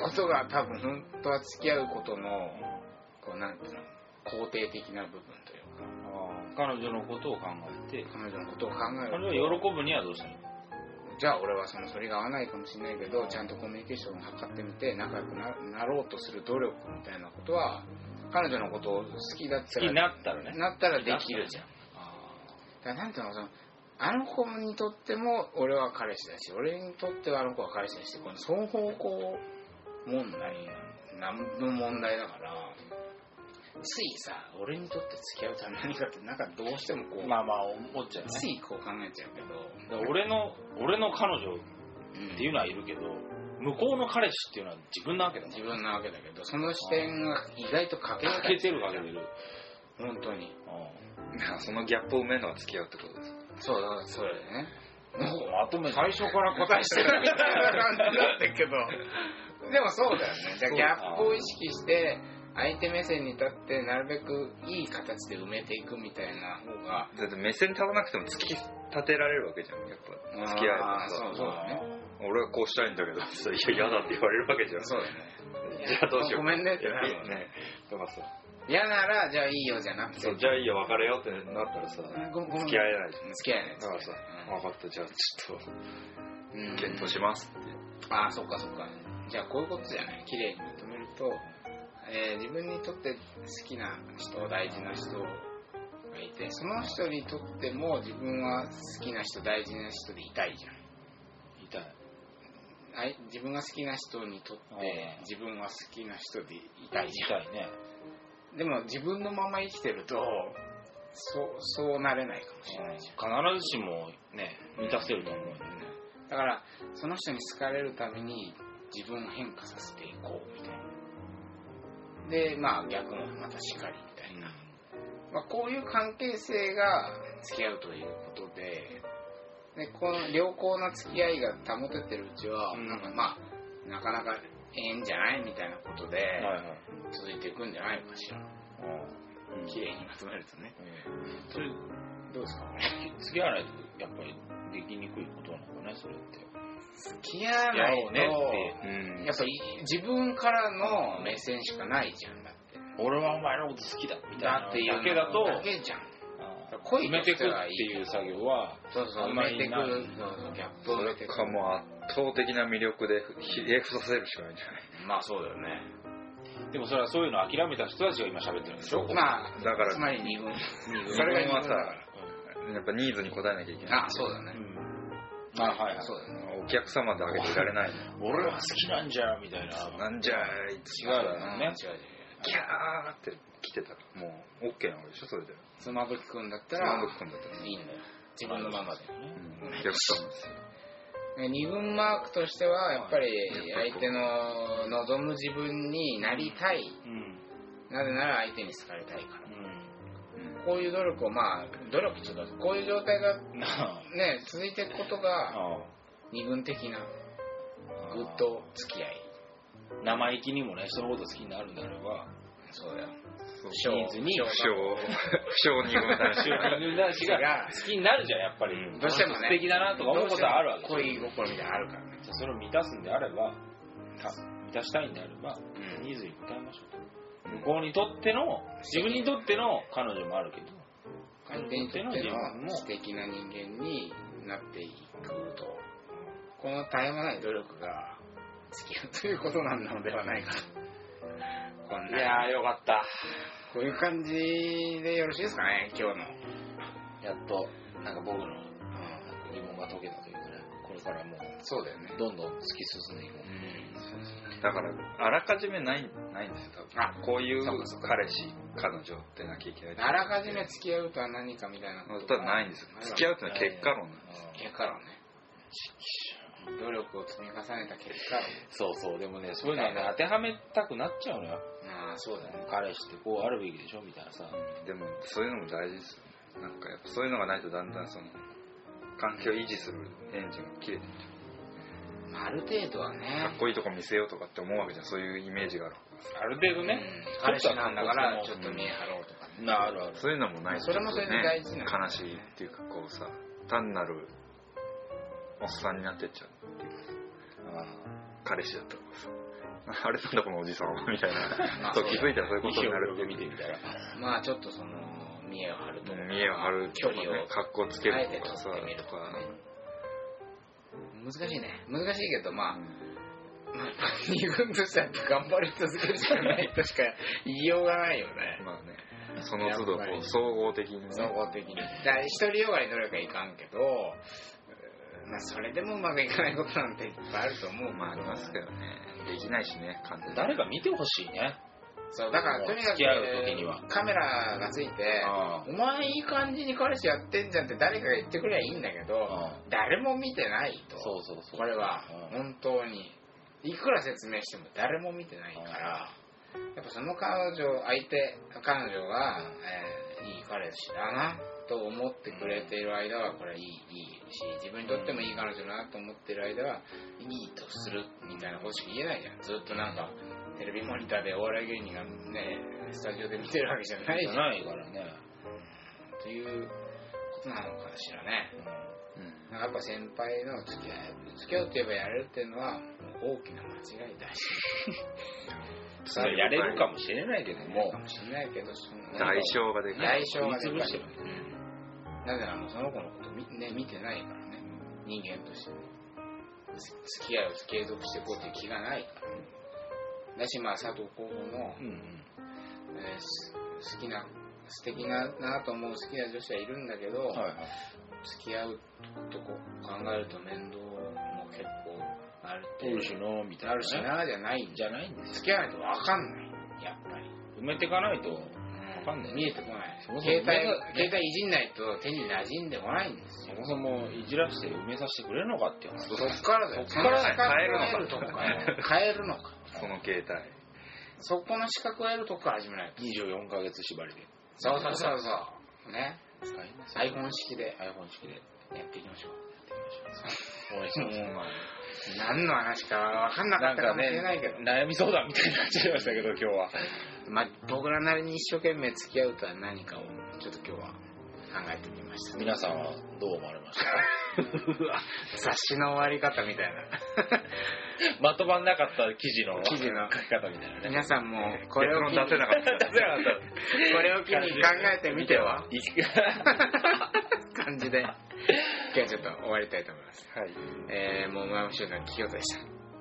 Speaker 1: ことが多分本当は付き合うことのこうなんていうの肯定的な部分というか
Speaker 2: あー彼女のことを考えて
Speaker 1: 彼女のことを考え
Speaker 2: 彼
Speaker 1: る
Speaker 2: 女は喜ぶにはどうしたらいい
Speaker 1: じゃあ俺はそのそれが合わないかもしれないけどちゃんとコミュニケーションを図ってみて仲良くななろうとする努力みたいなことは彼女のことを好きだった
Speaker 2: 好き
Speaker 1: ら
Speaker 2: になったらね
Speaker 1: なったらできるじゃん
Speaker 2: あ
Speaker 1: だからなんていうのそのあの子にとっても俺は彼氏だし俺にとってはあの子は彼氏だしこの双方向問題なんの問題だからついさ俺にとって付き合うため何かってなんかどうしてもこ
Speaker 2: ー
Speaker 1: う、
Speaker 2: まあまあ思っちゃうね
Speaker 1: ついこう考えちゃうけ
Speaker 2: だ
Speaker 1: ど
Speaker 2: から俺の俺の彼女
Speaker 1: うん
Speaker 2: っていうのはいるけど向こうの彼氏っていうのは自分なわけだもん
Speaker 1: 自分なわけだけどその視点が意外と欠け
Speaker 2: 欠けてるわけでいる
Speaker 1: 本当に
Speaker 3: なそのギャップを埋めるのは付き合うってことです
Speaker 1: そうだからそうだよね
Speaker 2: うんまとめて
Speaker 1: 最初から答えしてるみたいな感じになってるけどでもそうだよねじゃあギャップを意識して相手目線に立ってなるべくいい形で埋めていくみたいな方が
Speaker 3: だって目線立たなくても突き立てられるわけじゃんやっぱ付き合えば
Speaker 1: あーそう
Speaker 3: さ
Speaker 1: そうだね
Speaker 3: 俺はこうしたいんだけどそういや嫌だって言われるわけじゃん
Speaker 1: そうだね
Speaker 3: じゃあどうし
Speaker 1: ご
Speaker 3: よう
Speaker 1: めんねって
Speaker 3: や
Speaker 1: なる
Speaker 3: っぱり
Speaker 1: もんね
Speaker 3: ねだからさ
Speaker 1: 嫌ならじゃあいいよじゃなくて
Speaker 3: そうじゃあいいよ別れようってなったらさ
Speaker 1: ごごめん
Speaker 3: 付き合えないじゃん
Speaker 1: 付き合えない
Speaker 3: だからさ分かったじゃあちょっ
Speaker 1: うん
Speaker 3: と検討しますって
Speaker 1: ああそっかそっかじゃあこういうことじゃない綺麗にまとめると、えー自分にとって好きな人大事な人がいてその人にとっても自分は好きな人大事な人でいたいじゃん
Speaker 2: 痛い
Speaker 1: あい自分が好きな人にとって
Speaker 2: あー
Speaker 1: 自分は好きな人でいたいじ
Speaker 2: 痛いね
Speaker 1: ゃんでも自分のまま生きてるとそうそうなれないかもしれないじゃん
Speaker 2: 必ずしもね満たせると思うよね
Speaker 1: だからその人に好かれるために自分を変化させていこうみたいなでまあ逆もまたしかりみたいな、まあ、こういう関係性が付き合うということででこの良好な付き合いが保ててるうちは、
Speaker 2: うん
Speaker 1: なんかまあなかなかええんじゃないみたいなことで
Speaker 2: はいはい
Speaker 1: 続いていくんじゃないかしら
Speaker 2: うん
Speaker 1: 綺麗にまとめるとね
Speaker 2: うんそれ
Speaker 1: どうですかこれ
Speaker 2: 付き合わないとやっぱりできにくいことなのかねそれって
Speaker 1: 付き合わ
Speaker 2: や
Speaker 1: な
Speaker 2: ろ
Speaker 1: いうと
Speaker 2: ねって
Speaker 3: うん
Speaker 1: やっぱり自分からの目線しかないじゃんだって
Speaker 2: 俺はお前のこと好きだみたい
Speaker 1: だ
Speaker 2: な
Speaker 1: っていう
Speaker 2: だけだと
Speaker 1: だけじゃん
Speaker 2: あー
Speaker 1: 恋
Speaker 2: 埋め
Speaker 1: と
Speaker 2: て
Speaker 1: し
Speaker 2: くって
Speaker 1: てはいい
Speaker 2: いう作業は
Speaker 1: そうそう埋めてくるそうそうギャップを
Speaker 3: そ
Speaker 1: 埋め
Speaker 3: れ
Speaker 1: てく
Speaker 3: かもう圧倒的な魅力でひれ伏させるしかないんじゃない
Speaker 1: まあそうだよね
Speaker 2: でもそれはそういうのを諦めた人たちが今喋ってるんでしょ
Speaker 1: まあ
Speaker 3: だから
Speaker 1: つまり二分
Speaker 3: それ
Speaker 1: 二
Speaker 3: は
Speaker 1: 分
Speaker 3: さ
Speaker 1: だか
Speaker 3: やっぱニーズに応えなきゃいけ
Speaker 1: ら
Speaker 3: ない
Speaker 1: あそうだね
Speaker 2: うんあはいはい
Speaker 1: そうだね
Speaker 3: お客様であげていられない
Speaker 2: 俺は好きなんじゃみたいな
Speaker 3: なんじゃーい
Speaker 2: 違うよ
Speaker 1: うん
Speaker 2: ね
Speaker 1: 違う違う
Speaker 3: キャーって来てたらもう OK なわけでしょそれで
Speaker 1: つまぶきくんだった
Speaker 3: そ
Speaker 1: ら
Speaker 3: の時今度だったら
Speaker 1: いいんだよ自分のままで
Speaker 3: うんお客様ですよ
Speaker 1: 二分マークとしてはやっぱり相手の望む自分になりたい
Speaker 2: うん
Speaker 1: なぜなら相手に好かれたいから
Speaker 2: う
Speaker 1: こういう努力をまあ努力っていうかこういう状態が
Speaker 2: ん。なあ。
Speaker 1: ね続いていくこと
Speaker 2: あ
Speaker 1: が
Speaker 2: あ
Speaker 1: 二軍的なグッド付き合い
Speaker 2: 生意気にもね人のこと好きになるんであれ ば
Speaker 1: そうだよ
Speaker 3: そう
Speaker 1: ショー
Speaker 2: ニーズに
Speaker 1: ショ
Speaker 3: 不
Speaker 1: ー
Speaker 3: 詳不詳に分だし
Speaker 2: 塩人間男子が
Speaker 1: が
Speaker 2: 好きになるじゃんやっぱり、
Speaker 1: どうしてもね
Speaker 2: 素敵だなとか思うことはあるわけ
Speaker 1: どうしても恋心みたいなのあるからね
Speaker 2: じゃあそれを満たすんであればた満たしたいんであれば、
Speaker 1: ん
Speaker 2: ニーズに応えましょう向こうにとっての自分にとっての彼女もあるけど
Speaker 1: 相手にとって
Speaker 2: うん
Speaker 1: の素敵な人間になっていくとこの絶え間ない努力が付き合うということなのではないかと こん
Speaker 2: いや
Speaker 1: な
Speaker 2: ーよかった
Speaker 1: こういう感じでよろしいですかね今日の、
Speaker 2: やっとなんか僕
Speaker 1: う
Speaker 2: の
Speaker 1: ん、
Speaker 2: 疑問が解けたというかねこれからもう
Speaker 1: そうだよね
Speaker 2: どんどん突き進んでいこう
Speaker 3: だからあらかじめないないんですよ多
Speaker 1: あ
Speaker 3: 分こういう
Speaker 1: そうかそうか
Speaker 3: 彼氏彼女ってなきゃいけない
Speaker 1: あらかじめ付き合うとは何かみたいなこと
Speaker 3: ただないんですよ付き合うってのは結果論なんです
Speaker 1: 結果論ね努力を積み重ねた結果
Speaker 2: そうそうでもねそういうのはね当てはめたくなっちゃうのよ
Speaker 1: 論ああそうだね
Speaker 2: 彼氏ってこうあるべきでしょみたいなさ、
Speaker 3: でもそういうのも大事ですよねなんかやっぱそういうのがないとだんだんその環境を維持するエンジンが切れて
Speaker 1: ある程度は
Speaker 3: か
Speaker 1: ね
Speaker 3: っこいいとこ見せようとかって思うわけじゃんそういうイメージがある
Speaker 2: ある程度ね、
Speaker 1: 彼氏なんだから
Speaker 2: ち
Speaker 1: ちょ
Speaker 2: ょ
Speaker 1: っ
Speaker 2: っ
Speaker 1: と
Speaker 2: と
Speaker 1: 見
Speaker 2: 見
Speaker 1: え
Speaker 2: え
Speaker 1: 張ろうとかね
Speaker 2: なあるある
Speaker 3: そういうのもないと
Speaker 1: それもそれで大事なんだよね
Speaker 3: 悲しいっていうかこうさ単なるおっさんになってっちゃうっていうか彼氏だったらさあれ なんだこのおじさんはみた い
Speaker 1: まあ
Speaker 3: な
Speaker 1: そ
Speaker 3: そうう
Speaker 1: だ
Speaker 3: 気づいたらそういうことになるって
Speaker 2: よく見
Speaker 3: いう
Speaker 2: てみたら
Speaker 1: まあちょっとその見栄を張ると
Speaker 3: 見栄を張ると
Speaker 1: 距
Speaker 3: か
Speaker 1: 離
Speaker 3: ね
Speaker 1: を
Speaker 3: 格好つけ
Speaker 1: あえ
Speaker 3: る
Speaker 1: て
Speaker 3: とかさ
Speaker 1: 取ってみる
Speaker 3: と
Speaker 1: と
Speaker 3: か
Speaker 1: かね難しいね難しいけどまあまあ二軍としては頑張り続けるしかないとしか言いようがないよね
Speaker 3: まあねその都度こ
Speaker 1: やっぱり
Speaker 3: う総合的にね
Speaker 1: 総合的にだから一人よがりの努力はいかんけどうーまあそれでもうまくいかないことなんていっぱいあると思う
Speaker 3: まあありますけどねできないしね完全に
Speaker 2: 誰か見てほしいね
Speaker 1: そうだからとにか
Speaker 2: 付き合う時には
Speaker 1: くカメラがついて「
Speaker 2: あ
Speaker 1: お前いい感じに彼氏やってんじゃん」って誰かが言ってくれゃいいんだけど
Speaker 2: あ
Speaker 1: 誰も見てないと
Speaker 2: そうそうそう
Speaker 1: これは
Speaker 2: うん
Speaker 1: 本当にいくら説明しても誰も見てないからやっぱその彼女相手彼女が、えーいい彼氏だなと思ってくれている間はこれいいいいし自分にとってもいい彼女だなと思ってる間はいいとするみたいなことしか言えないじゃんずっとなんかテレビモニターでお笑い芸人がねスタジオで見てるわけじゃないじゃ
Speaker 2: じゃ
Speaker 1: ん
Speaker 2: ないからね、
Speaker 1: ということなのかしらね
Speaker 3: うん
Speaker 1: なんかやっぱ先輩の付き合い付き合うって言えばやれるっていうのはもう大きな間違いだし
Speaker 2: それやれるかもしれないけど
Speaker 1: もう
Speaker 2: も
Speaker 1: かもしれないけどその
Speaker 3: 代償がでか
Speaker 1: 代
Speaker 3: い
Speaker 1: 償がで
Speaker 2: 食い
Speaker 1: か
Speaker 2: 潰し
Speaker 1: い
Speaker 2: てる
Speaker 1: うんなぜならもうその子のこと見,、ね、見てないからね人間としてつ付き合いを継続していこうっていう気がないからねだしまあ佐藤候補の
Speaker 2: う、んうん
Speaker 1: えーす好きな素敵ななと思う好きな女子はいるんだけど、
Speaker 2: はいはい
Speaker 1: 付き合うとこ考えると面倒も結構ある
Speaker 2: おるしのみたいな、
Speaker 1: あるしなじゃないん
Speaker 2: じ
Speaker 1: じゃ
Speaker 2: ゃないんです
Speaker 1: 付き合わないと分かんないやっぱり
Speaker 2: 埋めていかないと分かんない
Speaker 1: 見えてこない
Speaker 2: そもそ
Speaker 1: 携
Speaker 2: も
Speaker 1: 帯
Speaker 2: ね
Speaker 1: 携帯いじんないと手に馴染んでこないんです
Speaker 2: そ
Speaker 1: よ
Speaker 2: もそもいじらして埋めさせてくれるのかっていう話
Speaker 1: そっからだよ
Speaker 3: そっから
Speaker 1: その資格を得るとか変えるのか
Speaker 3: その携帯
Speaker 1: そこの資格を得るとこから始めないと
Speaker 2: 24ヶ月縛りで
Speaker 1: そうそうそうそうね
Speaker 2: 大変ですよ
Speaker 1: iPhone 式で
Speaker 2: iPhone 式でや
Speaker 1: やっていきましょう
Speaker 2: 応援してます
Speaker 1: 何の話か分かんなか
Speaker 2: な
Speaker 1: っ
Speaker 2: ん
Speaker 1: たか
Speaker 2: か
Speaker 1: もしれ
Speaker 2: ね
Speaker 1: ないけど、
Speaker 2: 悩み相談みたいになっちゃいましたけど今日は
Speaker 1: まあ、僕らなりに一生懸命付き合うとは何かをちょっと今日は考えてみました
Speaker 2: 皆さんはどう思われましたか
Speaker 1: 雑誌の終わり方みたいな
Speaker 2: まとまんなかった記事の
Speaker 1: 記事の
Speaker 2: 書き方みたいなね
Speaker 1: 皆さんもこ
Speaker 3: 結
Speaker 1: れを
Speaker 3: 論
Speaker 1: 機に
Speaker 3: 出せなかった
Speaker 2: 出せなかった
Speaker 1: これを機に考えてみては 感じで今日はちょっと終わりたいと思います
Speaker 3: はい
Speaker 1: えー、もう前も集団企業でした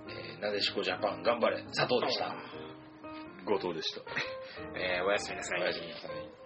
Speaker 2: えーなでしこジャパン頑張れ佐藤でした
Speaker 3: 後藤でした
Speaker 1: えー、おやすみなさ
Speaker 2: お
Speaker 1: い
Speaker 2: やすみなさい